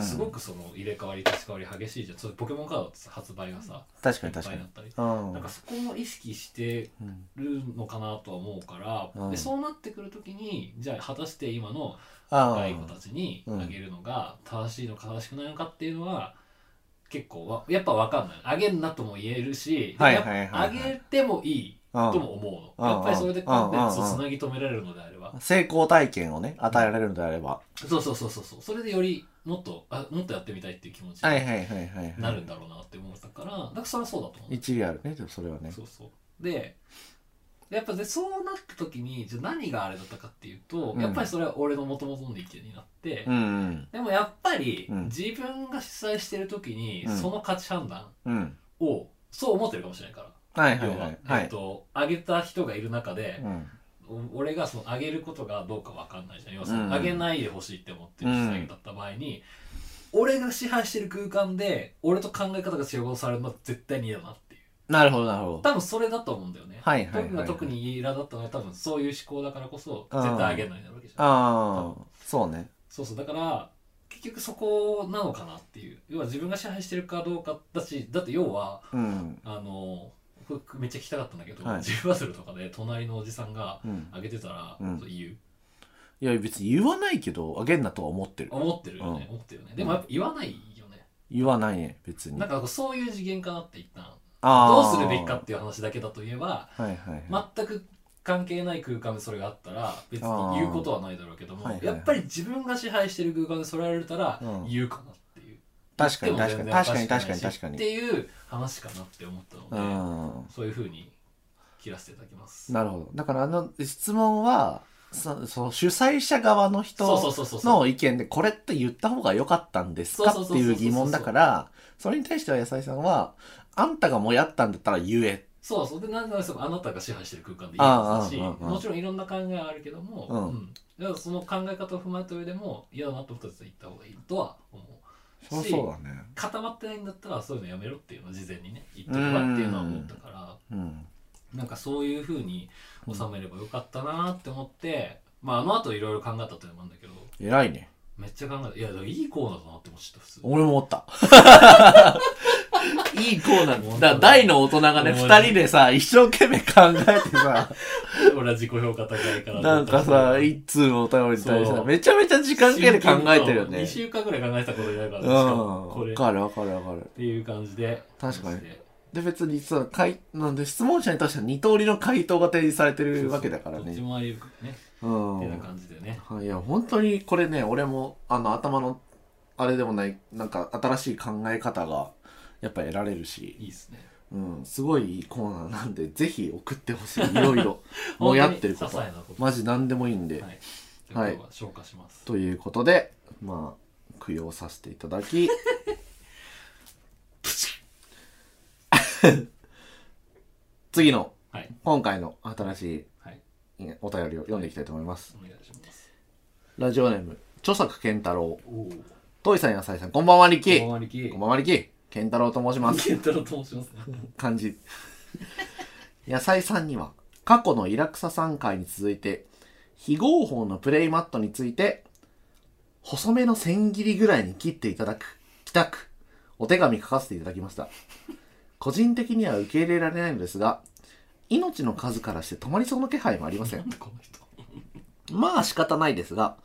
S2: すごくその入れ替わり立ち替わり激しいじゃんそういうポケモンカードってさ発売がさ
S1: 確かに確かに
S2: いっぱいになったり
S1: うん
S2: なんかそこも意識してるのかなとは思うから、
S1: うん
S2: でそうなってくるときにじゃあ果たして今の
S1: あー
S2: 若い子たちにあげるのが正しいのか正しくないのかっていうのは結構わやっぱ分かんないあげんなとも言えるし、
S1: はいはいはいはい
S2: やっぱあげてもいいとも思う
S1: うん
S2: のやっぱりそれでコンテン
S1: うん
S2: ツを
S1: うんうん
S2: つなぎ止められるのであれば
S1: 成功体験をね与えられるのであれば、
S2: そうそうそうそうそうそれでよりもっとあもっとやってみたいっていう気持ち
S1: はいは
S2: に
S1: いはいはいはい
S2: なるんだろうなって思ったからだからそれはそうだと思う
S1: 一理あるねでもそれはね
S2: そうそうでやっぱでそうなった時にじゃあ何があれだったかっていうと、
S1: うん
S2: やっぱりそれは俺の元々の意見になって、
S1: うんうん
S2: でもやっぱり
S1: うん
S2: 自分が主催してる時に
S1: うん
S2: その価値判断
S1: うん
S2: をそう思ってるかもしれないから。
S1: はいはい
S2: 要
S1: は
S2: はい
S1: は
S2: えっ
S1: い
S2: と、あげた人がいる中で、
S1: うん
S2: お俺がそのあげることがどうかわかんないじゃん要はそ
S1: うん
S2: のあげないでほしいって思ってる主催だった場合に、俺が支配してる空間で俺と考え方が違うされるのは絶対に嫌だなっていう
S1: なるほどなるほど
S2: 多分それだと思うんだよね、
S1: はいはいはいはい
S2: 僕が特に苛だったのは多分そういう思考だからこそ絶対あげないだろうけじゃん
S1: ああそうね
S2: そうそうだから結局そこなのかなっていう要は自分が支配してるかどうかだしだって要は
S1: うん
S2: あのこれめっちゃ聞きたかったんだけど、
S1: はい
S2: ジブバトルとかで隣のおじさんが
S1: うん
S2: あげてたら、
S1: うん
S2: そう言う
S1: いや別に言わないけどあげんなとは思ってる
S2: 思ってるよね、
S1: う
S2: 思ってるよねでもやっぱ言わないよね、
S1: 言わないね別に
S2: なんかそういう次元かなって一旦
S1: あ
S2: ど
S1: ー
S2: うするべきかっていう話だけだといえば
S1: はいはいはい、
S2: 全く関係ない空間でそれがあったら別に言うことはないだろうけども、
S1: あーはいはいはい
S2: やっぱり自分が支配してる空間でそれられたら
S1: うん
S2: 言うかなっていう、
S1: 確かに
S2: 言っ
S1: 確か
S2: て
S1: に
S2: も
S1: 確か
S2: 全然
S1: に
S2: おか
S1: 確
S2: しく
S1: か
S2: な
S1: に
S2: いし
S1: 確か
S2: っ
S1: に
S2: ていう話かなって思ったの
S1: う
S2: で、
S1: ん
S2: そういうふうに切らせていただきます。
S1: なるほど。だからあの質問は、そその主催者側の
S2: そう
S1: 人
S2: そうそうそう
S1: の意見で、これって言った方が良かったんですか
S2: そう
S1: って
S2: そうそうそ
S1: い
S2: う
S1: う疑問だから、それに対しては野菜さんは、あんたがもやったんだったら言え。
S2: そうそうでなんでもあなたが支配してる空間でいい
S1: ああ
S2: ですし
S1: ああああ
S2: もちろんいろんな考えはあるけども、
S1: うん
S2: うんだからその考え方を踏まえた上でも嫌だなと思ったら言った方がいいとは思うし
S1: だね。
S2: 固まってないんだったらそういうのやめろっていうのを事前にね言っとけばっていうのは思ったから
S1: うん。
S2: なんかそういうふうに収めればよかったなって思って、まああの後いろいろ考えたというのもあるんだけど
S1: 偉いね。
S2: めっちゃ考えたいやだからいいコーナーだなって思っちゃった普通に
S1: 俺も思った。いいコーナーだ。だ大の大人がね、二
S2: 思わない
S1: 人でさ、一生懸命考えてさ、
S2: 俺は自己評価高いから
S1: なんかさ、一通のお便りに対して
S2: そ
S1: さ
S2: う
S1: めちゃめちゃ時間かけて考えてるよ
S2: 2
S1: ね。
S2: 週間ぐらい考えてたことになるから
S1: う
S2: ね
S1: ん。
S2: しかもこれ
S1: わかるわかるわかる。
S2: っていう感じで
S1: 確かに
S2: そして
S1: で別にその回なんで質問者に対しては二通りの回答が提示されてるわけだから
S2: どっち
S1: ね。
S2: もあり得るからね
S1: うん。
S2: ってな
S1: は
S2: 感じでね
S1: いいや本当にこれね俺もあの頭のあれでもないなんか新しい考え方がやっぱ得られるし、
S2: いいっすね
S1: うん、すごいいいコーナーなんでぜひ送ってほしいい ろいろもうやってるこ
S2: 本当
S1: と
S2: に些細なこと
S1: マジ何でもいいんで、
S2: はいじゃ
S1: は
S2: あ
S1: い
S2: 今日は消化します
S1: ということでまあ供養させていただ き 次の
S2: はい
S1: 今回の新し
S2: はい
S1: いねお便りを読んでいきたいと思います。
S2: お願いします
S1: ラジオネーム、著作健太郎。
S2: おお
S1: トイさん、やさいさん、こんばんは、リキ。
S2: こんばんはリキ
S1: こんばんは、リキ。健太郎と申します。
S2: ケンタロウと申しますね
S1: 漢字。 野菜さんには、過去のイラクサさん会に続いて、非合法のプレイマットについて、細めの千切りぐらいに切っていただく、帰宅、お手紙書かせていただきました。個人的には受け入れられないのですが、命の数からして止まりそうな気配もありません。
S2: この人
S1: まあ仕方ないですが、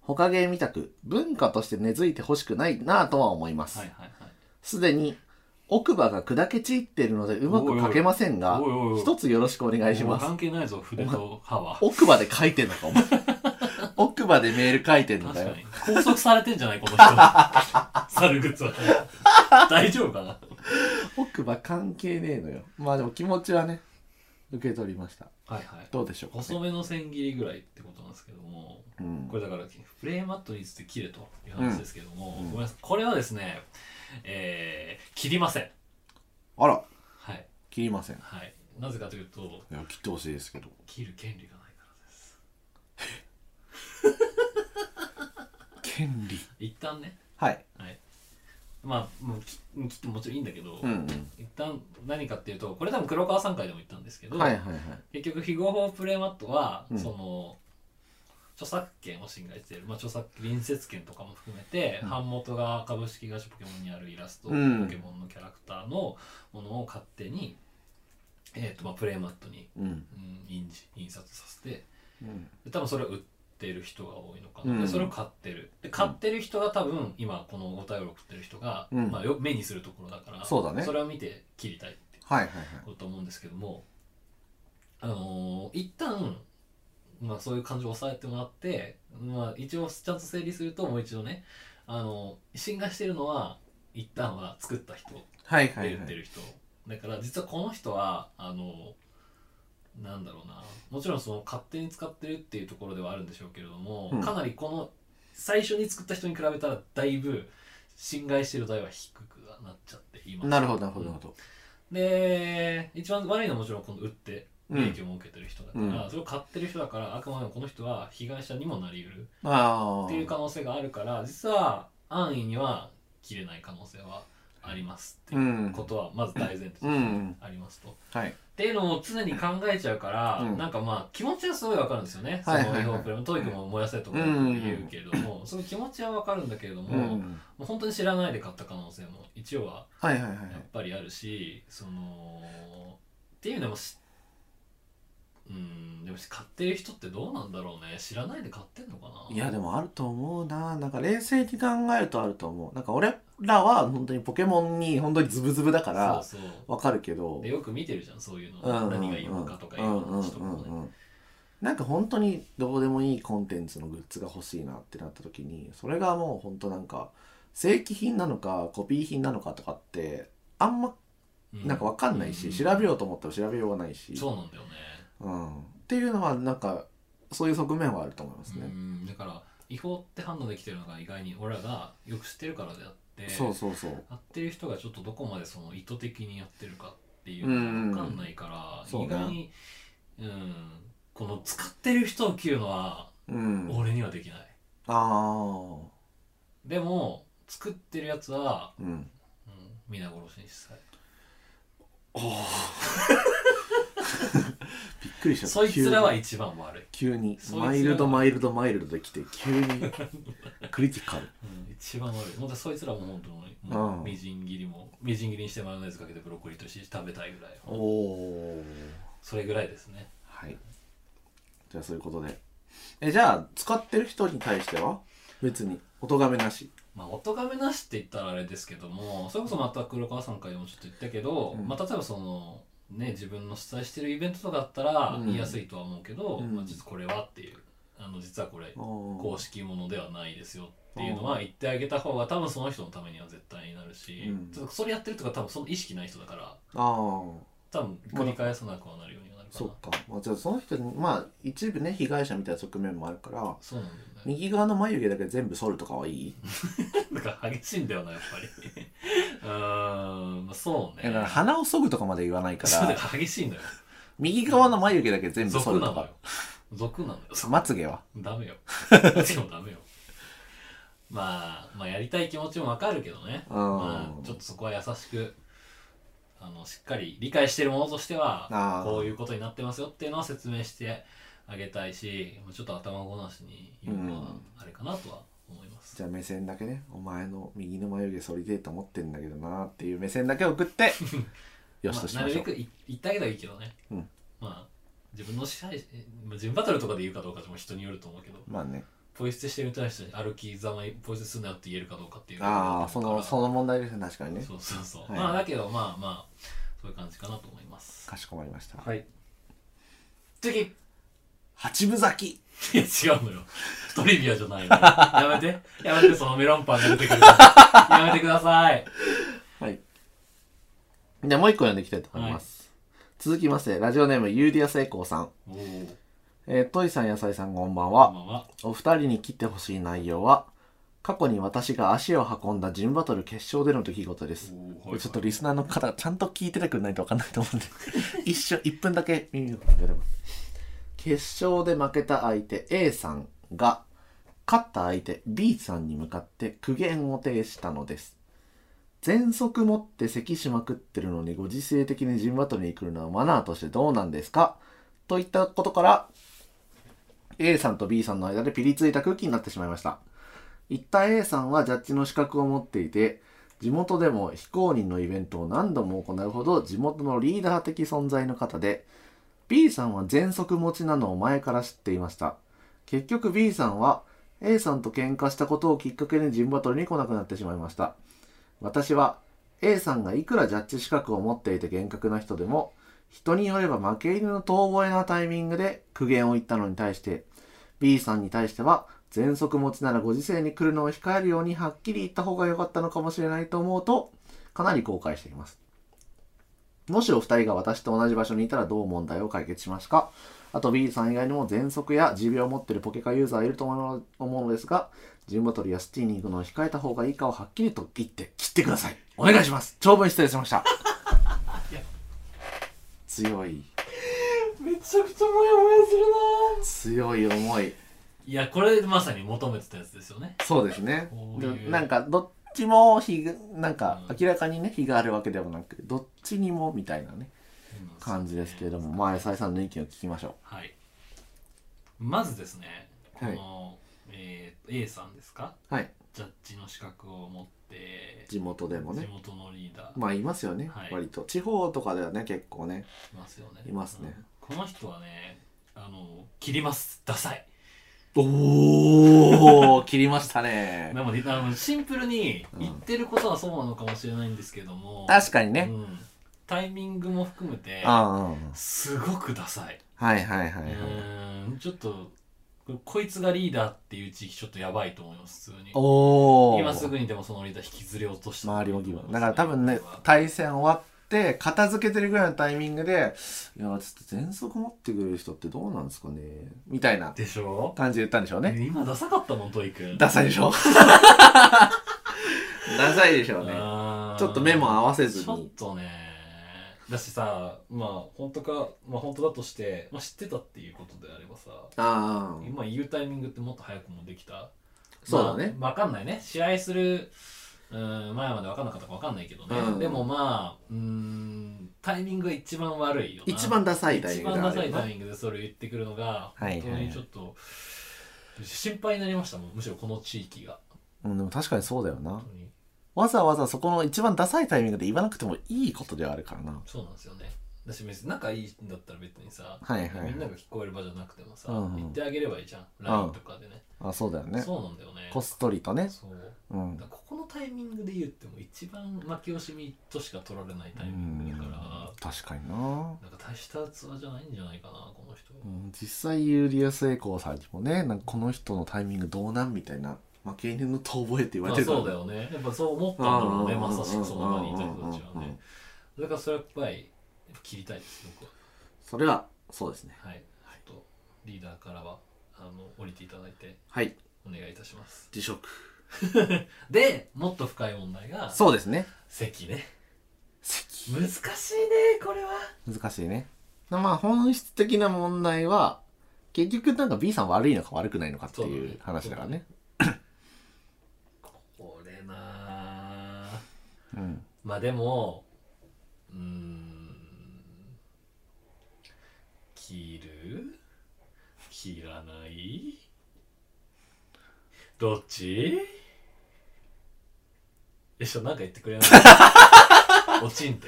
S1: ほかげみたく文化として根付いてほしくないなぁとは思います
S2: はい。はいはい
S1: すで、に奥歯が砕け散っているのでうまく書けませんが
S2: おいおいおいおい
S1: 一つよろしくお願いします
S2: 関係ないぞ、筆と歯は。
S1: 奥歯で書いてんのか お前奥歯でメール書いてんの
S2: 確
S1: か
S2: か
S1: よ
S2: に。拘束されてんじゃないこの人。猿グッズは。大丈夫かな
S1: 奥歯関係ねえのよまあでも気持ちはね受け取りました
S2: はいはい。
S1: どうでしょうかね、
S2: 細めの千切りぐらいってことなんですけども、
S1: うん
S2: これだからフレームアットについて切れという話ですけども、ごめんなさいこれはですね、えー切りません
S1: あら
S2: はい
S1: 切りませんい
S2: はいなぜかというと
S1: や切ってほしいですけど
S2: 切る権利がないからです
S1: 権利
S2: 一旦ね
S1: はい
S2: まあもう切切ってももちろんいいんだけど、
S1: うん
S2: 一旦何かっていうとこれ多分黒川さん会でも言ったんですけ
S1: う
S2: ど、
S1: んはいはいはい
S2: 結局非合法プレイマットは、
S1: うん
S2: その著作権を侵害している、まあ、著作隣接権とかも含めて、
S1: うん
S2: 版元が株式会社ポケモンにあるイラスト、
S1: うん
S2: ポケモンのキャラクターのものを勝手に、えーとまあ、プレイマットに、
S1: うん
S2: うん、印字印刷させて
S1: うん
S2: で多分それを売ってる人が多いのかな、
S1: う
S2: で
S1: ん
S2: それを買ってるで買ってる人が多分今このお便りを送ってる人が、
S1: うん
S2: まあ、よ目にするところだから
S1: そうだね
S2: れを見て切りたいっていう
S1: はいはいはい
S2: ことだと思うんですけどもあのー一旦まあそういう感情を抑えてもらってまあ一応ちゃんと整理するともう一度ねあのー侵害してるのは一旦は作った人って
S1: はいはい
S2: 言ってる人、だから実はこの人はあのーなんだろうなもちろんその勝手に使ってるっていうところではあるんでしょうけれども、
S1: うん
S2: かなりこの最初に作った人に比べたらだいぶ侵害してる代は低くなっちゃっています
S1: なるほどなるほどなるほど
S2: で一番悪いのはもちろんこの売って
S1: うん
S2: 利益を受けてる人だから、
S1: う
S2: それを買ってる人だからあくまでもこの人は被害者にもなりうる
S1: ああ
S2: っていう可能性があるから実は安易には切れない可能性はありますって
S1: う
S2: いうんことはまず大前提として
S1: うん
S2: ありますと。っ
S1: はい
S2: ていうのを常に考えちゃうから、
S1: うん
S2: なんかまあ気持ちはすごいわかるんですよね、
S1: はい
S2: その
S1: はい
S2: 違
S1: はい
S2: 法プレイもトイックも燃やせとか言うけれども、その気持ちはわかるんだけれど
S1: う
S2: も、も
S1: ん
S2: う本当に知らないで買った可能性も一応は
S1: はいはいはいは
S2: やっ
S1: い
S2: ぱりあるしそのっていうのもしうんでも買ってる人ってどうなんだろうね知らないで買ってんのかない
S1: やでもあると思うななんか冷静に考えるとあると思うなんか俺らは本当にポケモンに本当にズブズブだから
S2: そうそ
S1: わかるけど
S2: うでよく見てるじゃんそういうの、
S1: うんうんうん
S2: 何がいいのかとかいう
S1: うんうんうん
S2: 話とかもね、
S1: うんなんか本当にどうでもいいコンテンツのグッズが欲しいなってなった時にそれがもう本当なんか正規品なのかコピー品なのかとかってあんま
S2: う
S1: なんかわかんないし、調べようと思ったら調べようがないし、
S2: そうなんだよね
S1: うん、っていうのはなんかそういう側面はあると思います
S2: う
S1: ね。
S2: んだから違法って反応できてるのが意外に俺らがよく知ってるからであって
S1: そうそうそう
S2: やってる人がちょっとどこまでその意図的にやってるかっていうのが分かんないから、
S1: うんそう
S2: 意
S1: ね
S2: 外にうんこの使ってる人を切るのは
S1: うん、
S2: 俺にはできない、
S1: ああ
S2: でも作ってるやつは、
S1: うん
S2: うん、皆殺しにしたい
S1: びっくりした
S2: そいつらは
S1: 急に
S2: 一番悪い、
S1: 急に
S2: そいつらは
S1: マイルドマイルドマイルドできて急 にクリティカル
S2: うん、一番悪い本当にそいつらも本当に
S1: う
S2: も
S1: ん
S2: うみじん切りもみじん切りにしてマヨネーズかけてブロッコリーとして食べたいぐらい
S1: おお
S2: それぐらいですね
S1: はいじゃあそういうことでえじゃあ使ってる人に対しては別にお咎めなし
S2: まあ音がめなしって言ったらあれですけどもそれこそまた黒川さんからもちょっと言ったけど、
S1: うん
S2: まあ例えばそのね自分の主催してるイベントとかだったら
S1: うん
S2: 言いやすいとは思うけど、
S1: うん
S2: まあ、実はこれはっていうあの実はこれ
S1: 公
S2: 公式ものではないですよっていうのは言ってあげた方が多分その人のためには絶対になるし、
S1: うん
S2: ちょっとそれやってるとか多分その意識ない人だから
S1: あー
S2: 多分繰り返さなくはなるようにはなるか
S1: そ
S2: な
S1: っか、まあ、じゃあその人にまあ一部ね被害者みたいな側面もあるから
S2: そうなんだよね
S1: 右側の眉毛だけ全部剃るとかはいい
S2: だから激しいんだよなやっぱり うーんまあそうね
S1: だから鼻を削ぐとかまで言わないか
S2: そうだ
S1: ら
S2: から激しいんだよ
S1: 右側の眉毛だけ全部剃
S2: 俗
S1: る
S2: な
S1: と
S2: の
S1: か
S2: よ俗なのよ
S1: まつげは
S2: ダメよでもダメよまあまあやりたい気持ちもわかるけどね
S1: うん
S2: まあちょっとそこは優しくあのしっかり理解してるものとしては
S1: あー
S2: こういうことになってますよっていうのは説明してあげたいしもうちょっと頭ごなしに言うのはあれかなとは思います、
S1: じゃあ目線だけねお前の右の眉毛剃りてえと思ってんだけどなっていう目線だけ送って よしとし
S2: まあ、
S1: ま
S2: な
S1: し
S2: る
S1: ょ
S2: べ
S1: う、
S2: くい言ってあげたらいいけどね、
S1: うん
S2: まあ自分の支配まあ自分バトルとかで言うかどうかも人によると思うけど
S1: まあね
S2: ポイ捨てしてるみたいな人に歩きざまにポイ捨てするなよって言えるかどうかっていう
S1: ああそのその問題ですね確かにね
S2: そうそうそう、
S1: はい
S2: まあだけどまあまあそういう感じかなと思います
S1: かしこまりました
S2: はい次い
S1: 八分咲き
S2: や違うのよトリビアじゃないのよやめてやめてそのメロンパンが出てく るやめてください
S1: はいじゃあもう一個読んでいきたいと思います、続きましてラジオネームユーディア成功さん
S2: おー
S1: えー、トイさん、野菜さん、こんばんは。
S2: こんばんは
S1: お二人に切ってほしい内容は、過去に私が足を運んだジムバトル決勝での出来事です。これちょっとリスナーの方、ちゃんと聞いててくれないと分かんないと思うんで、一瞬、1分だけ耳をかければ。決勝で負けた相手 A さんが、勝った相手 B さんに向かって苦言を呈したのです。全速持って咳しまくってるのにご時世的にジムバトルに来るのはマナーとしてどうなんですかといったことから、A さんと B さんの間でピリついた空気になってしまいました一体 A さんはジャッジの資格を持っていて地元でも非公認のイベントを何度も行うほど地元のリーダー的存在の方で B さんは全息持ちなのを前から知っていました結局 B さんは A さんと喧嘩したことをきっかけにジンバトルに来なくなってしまいました私は A さんがいくらジャッジ資格を持っていて厳格な人でも人によれば負け犬の遠吠えなタイミングで苦言を言ったのに対して B さんに対しては全息持ちならご時世に来るのを控えるようにはっきり言った方が良かったのかもしれないと思うとかなり後悔していますもしお二人が私と同じ場所にいたらどう問題を解決しますかあと B さん以外にも喘息や持病を持っているポケカユーザーいると思う思うのですがジンバトルやスティーに行くのを控えた方がいいかをはっきりと言って切ってくださいお願いします長文失礼しました強い
S2: めちゃくちゃモヤモヤするな
S1: 強い思い
S2: いやこれまさに求めてたやつですよね
S1: そうですね
S2: こう
S1: で
S2: いう
S1: なんかどっちも日がなんか明らかにね日があるわけでもなくどっちにもみたいなね感じですけれどもまあ浅井さんの意見を聞きましょ
S2: はいまずですねこ
S1: はい
S2: の、えー A さんですか
S1: うはい
S2: ジャッジの資格を持って
S1: 地元でもね
S2: 地元のリーダー
S1: まあいますよね、
S2: はい
S1: 割と地方とかではね結構ね
S2: いますよね
S1: いますね
S2: うんこの人はねあの切りますダサい
S1: お お切りましたね
S2: なのであのシンプルに言ってることはそうなのかもしれないんですけども、
S1: 確かにね、
S2: うんタイミングも含めて
S1: ああうんうん
S2: すごくダサい、
S1: はいはいはいはいう
S2: ーんちょっとこいつがリーダーっていう地域ちょっとやばいと思います普通に
S1: おお
S2: 今すぐにでもそのリーダー引きずり落とした
S1: 周りも疑問だから多分ね対戦終わって片付けてるぐらいのタイミングで「いやちょっと喘息持ってくれる人ってどうなんですかね」みたいな
S2: でしょ
S1: 感じで言ったんでしょうね
S2: 今ダサかったもんトイ君
S1: ダサいでしょ ダサいでしょうね
S2: あー
S1: ちょっと目も合わせずに
S2: ちょっとねだしさまあ本当かまあ本当だとして、まあ、知ってたっていうことであればさ
S1: ああ
S2: 今言うタイミングってもっと早くもできた
S1: そうだね
S2: まあ、分かんないね試合するうん前まで分かんなかったか分かんないけどね、
S1: うん
S2: でもまあうんタイミングが一番悪いよな
S1: 一番ダサいタイミング
S2: 一
S1: だ
S2: 番
S1: あ
S2: ダ
S1: れは
S2: サいタイミングでそれを言ってくるのが
S1: はいはい
S2: 本当にちょっと心配になりましたもんむしろこの地域が
S1: うんでも確かにそうだよな
S2: 本当に
S1: わざわざそこの一番ダサいタイミングで言わなくてもいいことではあるからな
S2: そうなんですよねだし別に仲いいんだったら別にさ、
S1: はいはいはい
S2: みんなが聞こえる場じゃなくてもさ、
S1: うんうん
S2: 言ってあげればいいじゃん
S1: ん
S2: LINE とかでね、
S1: あそうだよね
S2: そうなんだよね
S1: こっそりとね
S2: そう
S1: うん
S2: だからここのタイミングで言っても一番負け惜しみとしか取られないタイミングだから、
S1: 確かにな
S2: なんか大した器じゃないんじゃないかなこの人、
S1: うん実際ユーリアス・エコーさんにもねなんかこの人のタイミングどうなんみたいな負け犬の遠吠えって言わ
S2: ま
S1: れ
S2: あ
S1: てる
S2: そうだよねやっぱそう思ったんだろうね
S1: うんうんうんうん
S2: まさしくその場にいた人たちは
S1: うんうんうん
S2: ねだからそれはやっぱりやっぱ切りたいです僕は
S1: それはそうですね
S2: はいちょっとリーダーからはあの降りていただいて
S1: はい
S2: お願いいたします
S1: 辞職
S2: でもっと深い問題が
S1: そうですね
S2: 席ね
S1: 席
S2: 難しいねこれは
S1: 難しいねまあ本質的な問題は結局なんか B さん悪いのか悪くないのかって
S2: そうだ
S1: いう
S2: ね
S1: 話だからね
S2: これなあ
S1: うん
S2: まあでもうーん切る切らないどっちえしょなんか言ってくれない おちんって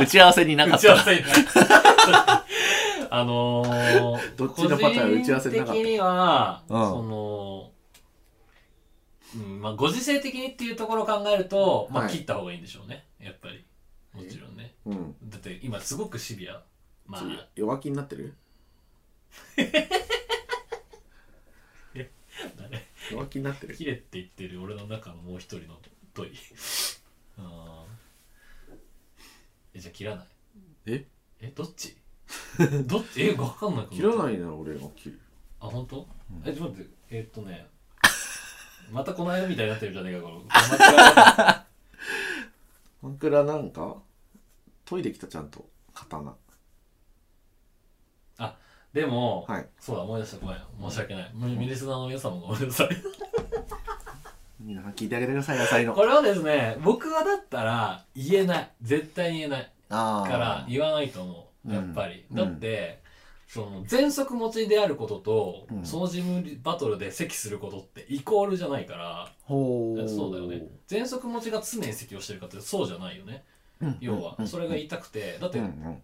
S1: 打ち合わせになか
S2: 打
S1: っ
S2: ち合わ
S1: た
S2: せにあのー、
S1: どっちのパターンは打ち合わせなかった
S2: 個人的には、
S1: うん
S2: その、うん、まあ、ご時世的にっていうところを考えると、まあ、
S1: はい
S2: 切った方がいいんでしょうね。やっぱり。もちろんね。
S1: うん
S2: だって、今すごくシビア。まあ、
S1: 弱気になってる
S2: 誰
S1: 弱気になってる
S2: 切れって言ってる俺の中の もう一人の問い。うん。え、じゃあ切らない。
S1: え
S2: え、どっちどっちえ、わかんない
S1: 切らないなら俺が切る
S2: あ、本当？え、ちょっと待って、えーっとね、 またこの間みたいになってるじゃねえか、この。
S1: マンクラなんか研いできたちゃんと刀
S2: あ、でも、
S1: はい
S2: そうだ、思い出した、ごめん。申し訳ない。ミミリスナーの皆様ごめんなさい。
S1: 皆さん聞いてあげてください野菜 の
S2: これはですね、僕はだったら言えない。絶対に言えない。
S1: あ
S2: から言わないと思う。やっぱり。
S1: うん
S2: だって、その全速持ちであることと、
S1: うん
S2: そのジムバトルで席することってイコールじゃないから、
S1: ほう
S2: そうだよね全速持ちが常に席をしてるかってそうじゃないよね、
S1: うん
S2: 要は、
S1: うん
S2: それが言いたくてだって
S1: うんうん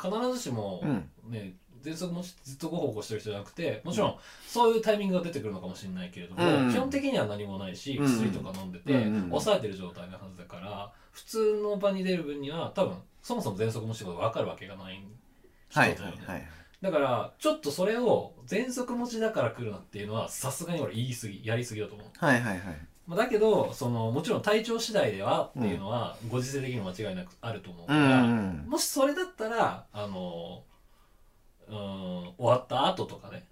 S2: 必ずしも、
S1: うん
S2: ね、全速もしずっとごほごしてる人じゃなくてもちろんそういうタイミングが出てくるのかもしれないけれども、
S1: うん
S2: 基本的には何もないし
S1: うん
S2: 薬とか飲んでて、
S1: うん
S2: 抑えてる状態なはずだから普通の場に出る分には多分そもそも全速もしてことが分かるわけがない人
S1: は
S2: だ
S1: い
S2: よね、
S1: はいはい
S2: だからちょっとそれを全速持ちだから来るなっていうのはさすがに俺言い過ぎやりすぎだと思う。
S1: はいはいはい
S2: まあ、だけどそのもちろん体調次第ではっていうのは、ご時世的にも間違いなくあると思うか
S1: う
S2: ら、
S1: ん
S2: もしそれだったらあのうーん終わった後とかね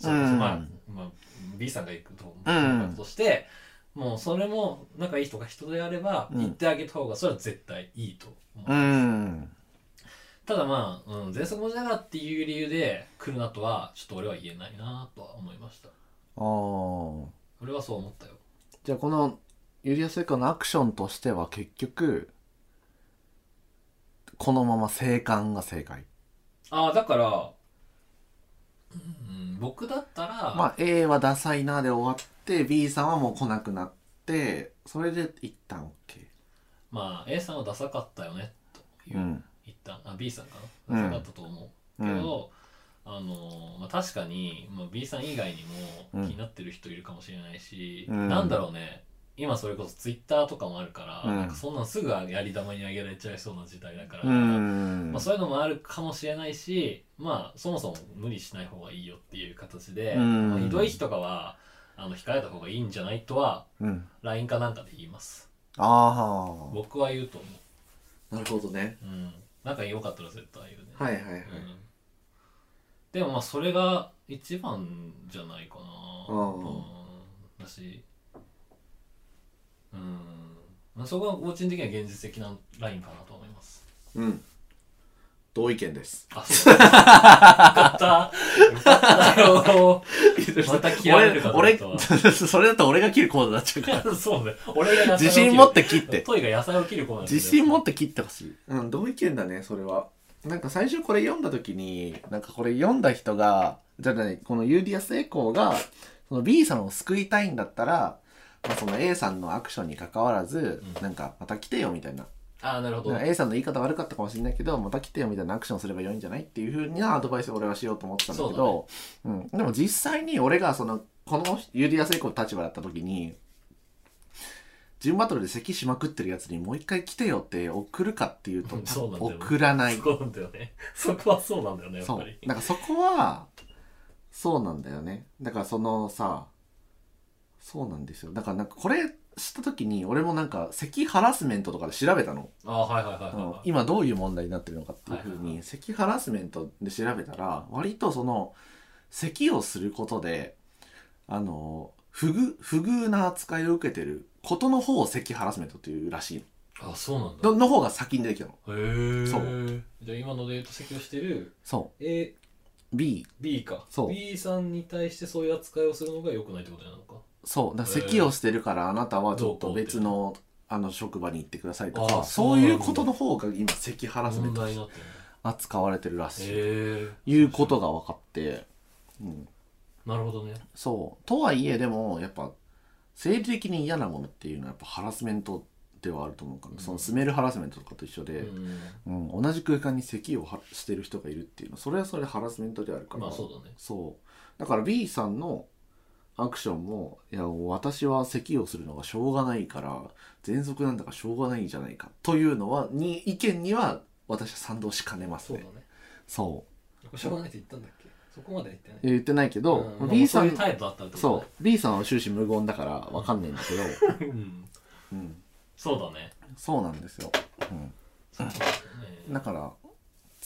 S2: それこそ
S1: うん
S2: まあ、まあ、B さんが行くと思
S1: うん
S2: うとして、もうそれも仲いい人が人であれば
S1: うん
S2: 行ってあげた方がそれは絶対いいと思う、
S1: うん
S2: ただまあ、うん、喘息持ちながらっていう理由で来るなとはちょっと俺は言えないなとは思いました
S1: ああ
S2: 俺はそう思ったよ
S1: じゃあこのユリアスイカのアクションとしては結局このまま生還が正解
S2: ああだから、うん、僕だったら、
S1: まあ A はダサいなで終わって B さんはもう来なくなってそれで一旦 OK
S2: まあ A さんはダサかったよねという、
S1: うん
S2: 一旦あ B さんか
S1: う
S2: なんダサかったと思う、
S1: うん
S2: けどあのーまあ、確かに、まあ、B さん以外に
S1: う
S2: も
S1: ん
S2: 気になってる人いるかもしれないし、
S1: うん
S2: なんだろうね今それこそツイッターとかもあるから、
S1: うん
S2: なんかそんなんすぐやり玉にあげられちゃいそうな時代だから、
S1: うん
S2: まあ、そういうのもあるかもしれないし、まあ、そもそも無理しない方がいいよっていう形で、
S1: うん
S2: まあひどい日とかはあの控えた方がいいんじゃないとは
S1: うん、
S2: LINE かなんかで言います
S1: あ
S2: 僕は言うと思
S1: あなるほどね
S2: う、うん、仲良かったら絶対言うね、
S1: はいはいはい、
S2: うん、でもまあそれが一番じゃないかな
S1: うん
S2: だしうん、まあ、そこは個人的には現実的なラインかなと思います
S1: うん同意見です
S2: あ、そうだ。よかった。よかったよ。 また嫌われるかと思っ
S1: 俺
S2: たわ
S1: 俺 それだと俺が切るコードになっちゃうから
S2: そうだよ。俺が野菜を切
S1: 自
S2: る
S1: 信持って切って
S2: トイが野菜を切るコーナー
S1: 自信持
S2: っ
S1: って切ってほしいうん同意見だねそれはなんか最初これ読んだ時になんかこれ読んだ人がじゃないこのユーディアス・エコーがその B さんを救いたいんだったら、まあ、その A さんのアクションに関わらず、
S2: うん
S1: なんかまた来てよみたいな
S2: あ、なるほ
S1: な
S2: ど
S1: んか。A さんの言い方悪かったかもしれないけどまた来てよみたいなアクションすればよいんじゃないっていうふうなアドバイスを俺はしようと思ってたんだけどう、ん、でも実際に俺がそのこのユーディアス・エコーの立場だった時にジムバトルで咳しまくってるやつにもう一回来てよって送るかっていうと
S2: うんそうなんだよ
S1: 送らない
S2: そうなんだよね。そこはそうなんだよね、やっ
S1: そ
S2: ぱり。
S1: うなんかそこはそうなんだよねだからそのさそうなんですよだからなんかこれ知った時に俺もなんか咳ハラスメントとかで調べたの
S2: あ、はいはいはいはい
S1: あの
S2: はい。
S1: 今どういう問題になってるのかっていうふう
S2: はいはい
S1: に咳ハラスメントで調べたら割とその咳をすることであの不遇不遇な扱いを受けてることの方を咳ハラスメントっていうらしい
S2: あ、そうなんだ。
S1: のの方が先に出てきたの
S2: へー。
S1: そう
S2: じゃあ今ので言うと席をしてる
S1: そ
S2: A、
S1: う B
S2: B か。
S1: そう
S2: B さんに対してそういう扱いをするのが良くないってことなのか。
S1: そうだから
S2: へー
S1: 咳をしてるからあなたはちょっと
S2: どうこうって
S1: 別のあの職場に行ってくださいと
S2: あ
S1: か
S2: そ
S1: そ
S2: うな
S1: うん
S2: だ
S1: いうことの方が今咳ハラスメン
S2: 問
S1: ト
S2: 題になってるね。
S1: 扱われてるらしい
S2: へ
S1: いうことが分かってうん
S2: ー。なるほどね。
S1: そうとはいえでもやっぱ生理的に嫌なものっていうのはやっぱハラスメント手はあると思うから、そのスメルハラスメントとかと一緒で、うん同じ空間に咳をはしてる人がいるっていうのそれはそれでハラスメントであるから、
S2: まあそうだね
S1: そうだから B さんのアクションもいや私は咳をするのがしょうがないから喘息なんだからしょうがないんじゃないかというのはに意見には私は賛同しかねます
S2: そう
S1: ね
S2: だね
S1: そう
S2: これしょうがないって言ったんだっけそこまでは言ってない
S1: 言ってないけど、
S2: うん
S1: B さん、
S2: まあそういう態度だったってこと
S1: そ
S2: ね
S1: う B さんは終始無言だからわかんないんだけど、
S2: うん
S1: うん、
S2: そうだね
S1: そうなんですよ、うん、だから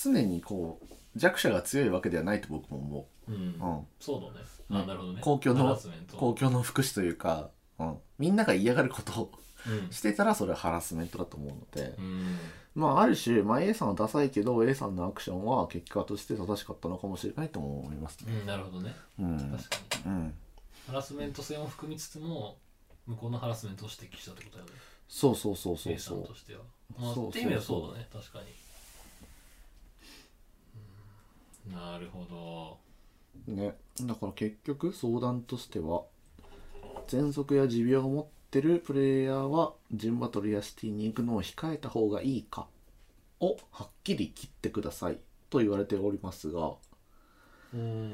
S1: 常にこう弱者が強いわけではないと僕も思
S2: うん、
S1: う、うん、
S2: そうだねあなるほどね
S1: 公共
S2: ハ
S1: の
S2: ラスメント
S1: 公共の福祉というか、うん、みんなが嫌がることを
S2: うん
S1: してたらそれはハラスメントだと思うので、
S2: うん
S1: まあある種、まあ、A さんはダサいけど A さんのアクションは結果として正しかったのかもしれないとも思います
S2: う
S1: ね
S2: んなるほどね
S1: うん
S2: 確かに
S1: うん
S2: ハラスメント性も含みつつも向こうのハラスメントを指摘したってことだよね
S1: そうそうそうそ
S2: A
S1: う
S2: さ
S1: そ
S2: ん
S1: う
S2: としてはま
S1: そうそ
S2: あ
S1: うそう
S2: って意味ではそうだね確かにうんなるほど
S1: ねだから結局相談としては喘息や持病を持ってるプレイヤーはジンバトルやシティに行くのを控えた方がいいかをはっきり切ってくださいと言われておりますが
S2: うん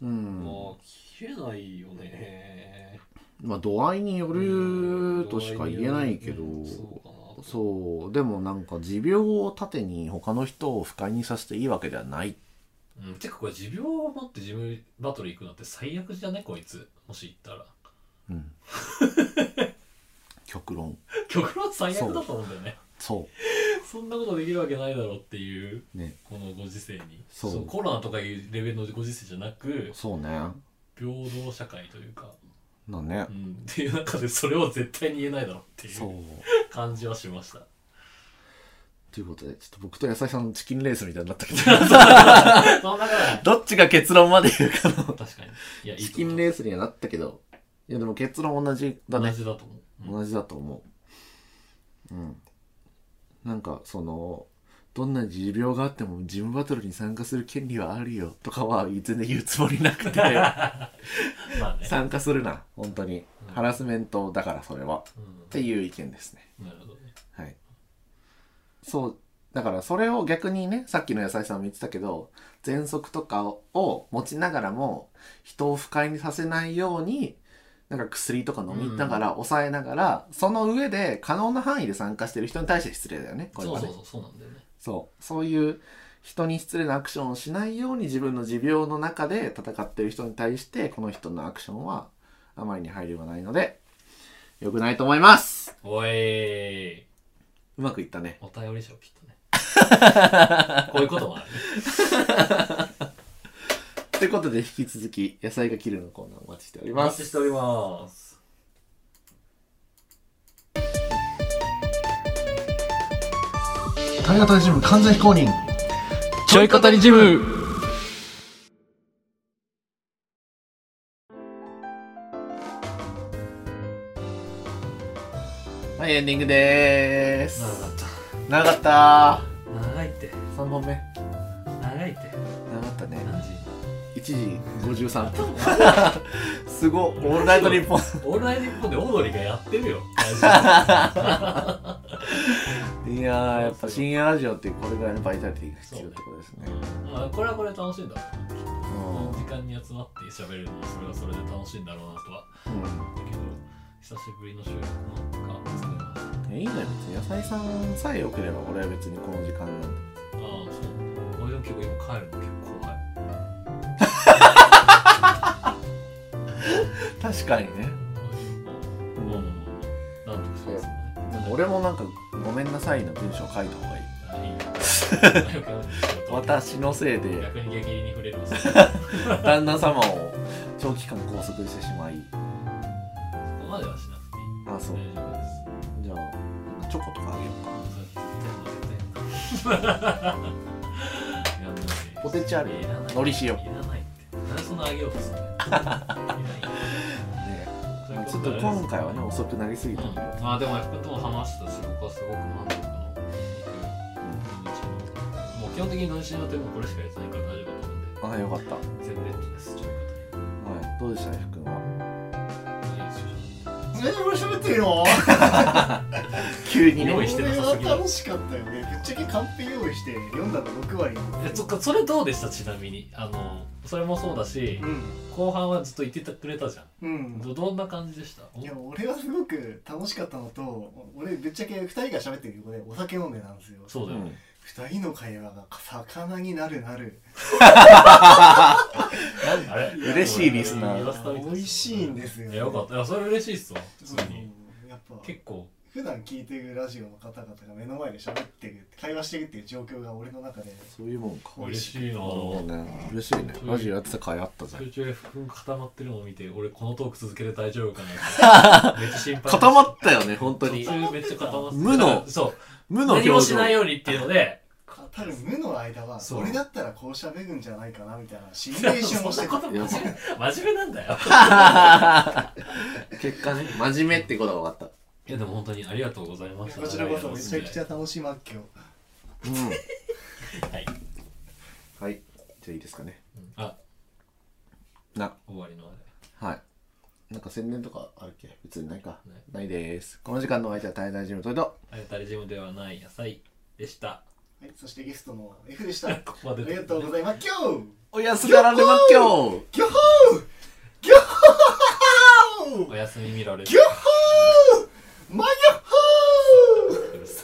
S1: うん
S2: もう切れないよね
S1: まあ度合いによるとしか言えないけど、
S2: うんそうかな
S1: そうでもなんか持病を盾に他の人を不快にさせていいわけではない
S2: うん、てかこれ持病を持ってジムバトル行くのって最悪じゃねこいつもし行ったら
S1: 極論
S2: 極論最悪だと思うんだよね
S1: そ
S2: そんなことできるわけないだろうっていう
S1: うね
S2: このご時世に
S1: そう
S2: コロナとかいうレベルのご時世じゃなく
S1: そうね
S2: 平等社会というか、
S1: だね
S2: う、ん、っていう中でそれを絶対に言えないだろうってい
S1: そう
S2: う感じはしました
S1: ということでちょっと僕と野菜さんのチキンレースみたいになったけど
S2: そんなことない
S1: どっちが結論まで言うかの。
S2: 確かにいやいい
S1: チ
S2: と
S1: キ
S2: 思
S1: ン
S2: う
S1: レースにはなったけど、いやでも結論同じだ
S2: 同
S1: ね。
S2: じだと思う、うん
S1: 同じだと思う。うん。なんか、その、どんな持病があってもジムバトルに参加する権利はあるよとかは全然言うつもりなく て、
S2: まあね、
S1: 参加するな、本当に。ハラスメントだからそれは。っ
S2: う
S1: ていう意見ですね。
S2: ん、なるほどね
S1: はい。そう、だからそれを逆にね、さっきの野菜さんも言ってたけど、喘息とかを持ちながらも、人を不快にさせないように、なんか薬とか飲みながら、抑えながら、その上で可能な範囲で参加してる人に対して失礼だよね、これ
S2: そ
S1: は
S2: う
S1: ね。
S2: そうそうそうなんだよね
S1: そう。そういう人に失礼なアクションをしないように自分の持病の中で戦ってる人に対して、この人のアクションはあまりに配慮がないので、良くないと思います
S2: おいう
S1: まくいったね。
S2: お便り賞きっ とねこういうこともあるね
S1: ということで引き続き野菜が切るのコーナーお待ちしており
S2: お
S1: ま
S2: 待
S1: す
S2: ちしております
S1: 体型ジム完全非公認
S5: ちょい語りジム
S1: はいエンディングでーす
S2: 長かっ
S1: 長かった
S2: た長いって
S1: ー3本目
S2: 長いって
S1: 長かったね
S2: 何時
S1: 1時53分 すごっオールナイトニッ ポン
S2: オールナイトニッポンでオードリーがやってるよ大丈夫
S1: いやーやっぱ深夜ラジオってこれぐらいのバイタリティが必要ってことですね
S2: あこれはこれで楽しいんだろうな
S1: う
S2: この
S1: ん
S2: 時間に集まって喋るのもそれはそれで楽しいんだろうなとはだけど久しぶりの収録なんか作れましたあ
S1: うん、いいのよ別に野菜さんさえ良ければ俺は別にこの時間なんで
S2: あそう俺でも結構今帰るの結構怖い
S1: 確かにね
S2: もうもうもうなんとかします
S1: でも俺もなんか「ごめんなさい」の文章書いた方がいい
S2: ねはいよくやるんですけ ど
S1: 私のせいで
S2: 逆に激励に触れ るわ
S1: 旦那様を長期間拘束してしまい
S2: そこまではしなくていい
S1: あそう
S2: 大丈夫です
S1: じゃあチョコとかあげようかポテチある
S2: いらない
S1: のり塩
S2: いらないってなんでそんなあげようとするのい
S1: ね、
S2: ら
S1: ま
S2: な
S1: あ、
S2: い
S1: ちょっと今回はね遅くなりすぎ
S2: う
S1: たけ
S2: ん
S1: ど、
S2: まあでもやっぱとも話したし僕はすごく満足のいくもう基本的にのりしろってもうこれしかやってないから大丈夫だと思うんで
S1: ああよかった、は
S2: 全然ですちょい
S1: い、どうでした F 君はい
S3: 何俺喋ってるの
S2: 急に用意してなさす
S3: 俺
S2: ぎ
S3: は
S2: る
S3: 楽しかったよねぶっちゃけカンペ用意して読んだの6割
S2: えそっかそれどうでしたちなみにあのそれもそうだし、後半はずっと言ってたくれたじゃん、
S3: うん
S2: どどんな感じでした
S3: いや俺はすごく楽しかったのと俺ぶっちゃけ2人が喋ってる横でお酒飲んでたんですよ
S2: そうだよね
S3: 2人の会話が魚になるなる
S2: あれ
S1: 嬉しいリスナー
S2: ー
S3: 美味しいんですよ
S2: いやよかったいやそれ嬉しいっすわ普通に、
S3: やっぱ
S2: 結構
S3: 普段聞いてるラジオの方々が目の前で喋ってる会話してるっていう状況が俺の中で
S1: そういうもんか
S2: 嬉しいな
S1: そうだね嬉しいねラジオやってた回あったじゃん
S2: 空中で服が固まってるのを見て俺このトーク続けて大丈夫かなって めっちゃ心配でした
S1: 固まったよね本当に
S2: 途中めっちゃ固まってた
S1: 無の
S2: そう
S1: 無の表情
S2: 何もしないようにっていうので
S3: 多分無の間は
S2: そう
S3: 俺だったらこう喋るんじゃないかなみたいなシミュレーションをしてた
S2: 真面目 真面目なんだよ
S1: 結果ね真面目ってことが分かっ
S2: いやでも本当にありがとうございました
S3: こちらこそめちゃくちゃ楽しいマッキョ
S1: たうん
S2: はい
S1: はいじゃあいいですかね
S2: あ
S1: な
S2: 終わりのあれ
S1: はいなんか宣伝とかあるっけ別にないか
S2: な
S1: ない
S2: い
S1: ですこの時間のお相手は滞在ジムといと
S2: あれ誰ジムではない野菜でした
S3: はい、そしてゲストの F でした。あ
S2: ここまで
S3: りがとうございます。今日
S1: おやすみなられまっきょう
S3: ギョホーギョホー
S2: おやすみみろれ
S3: ギョホーマギョ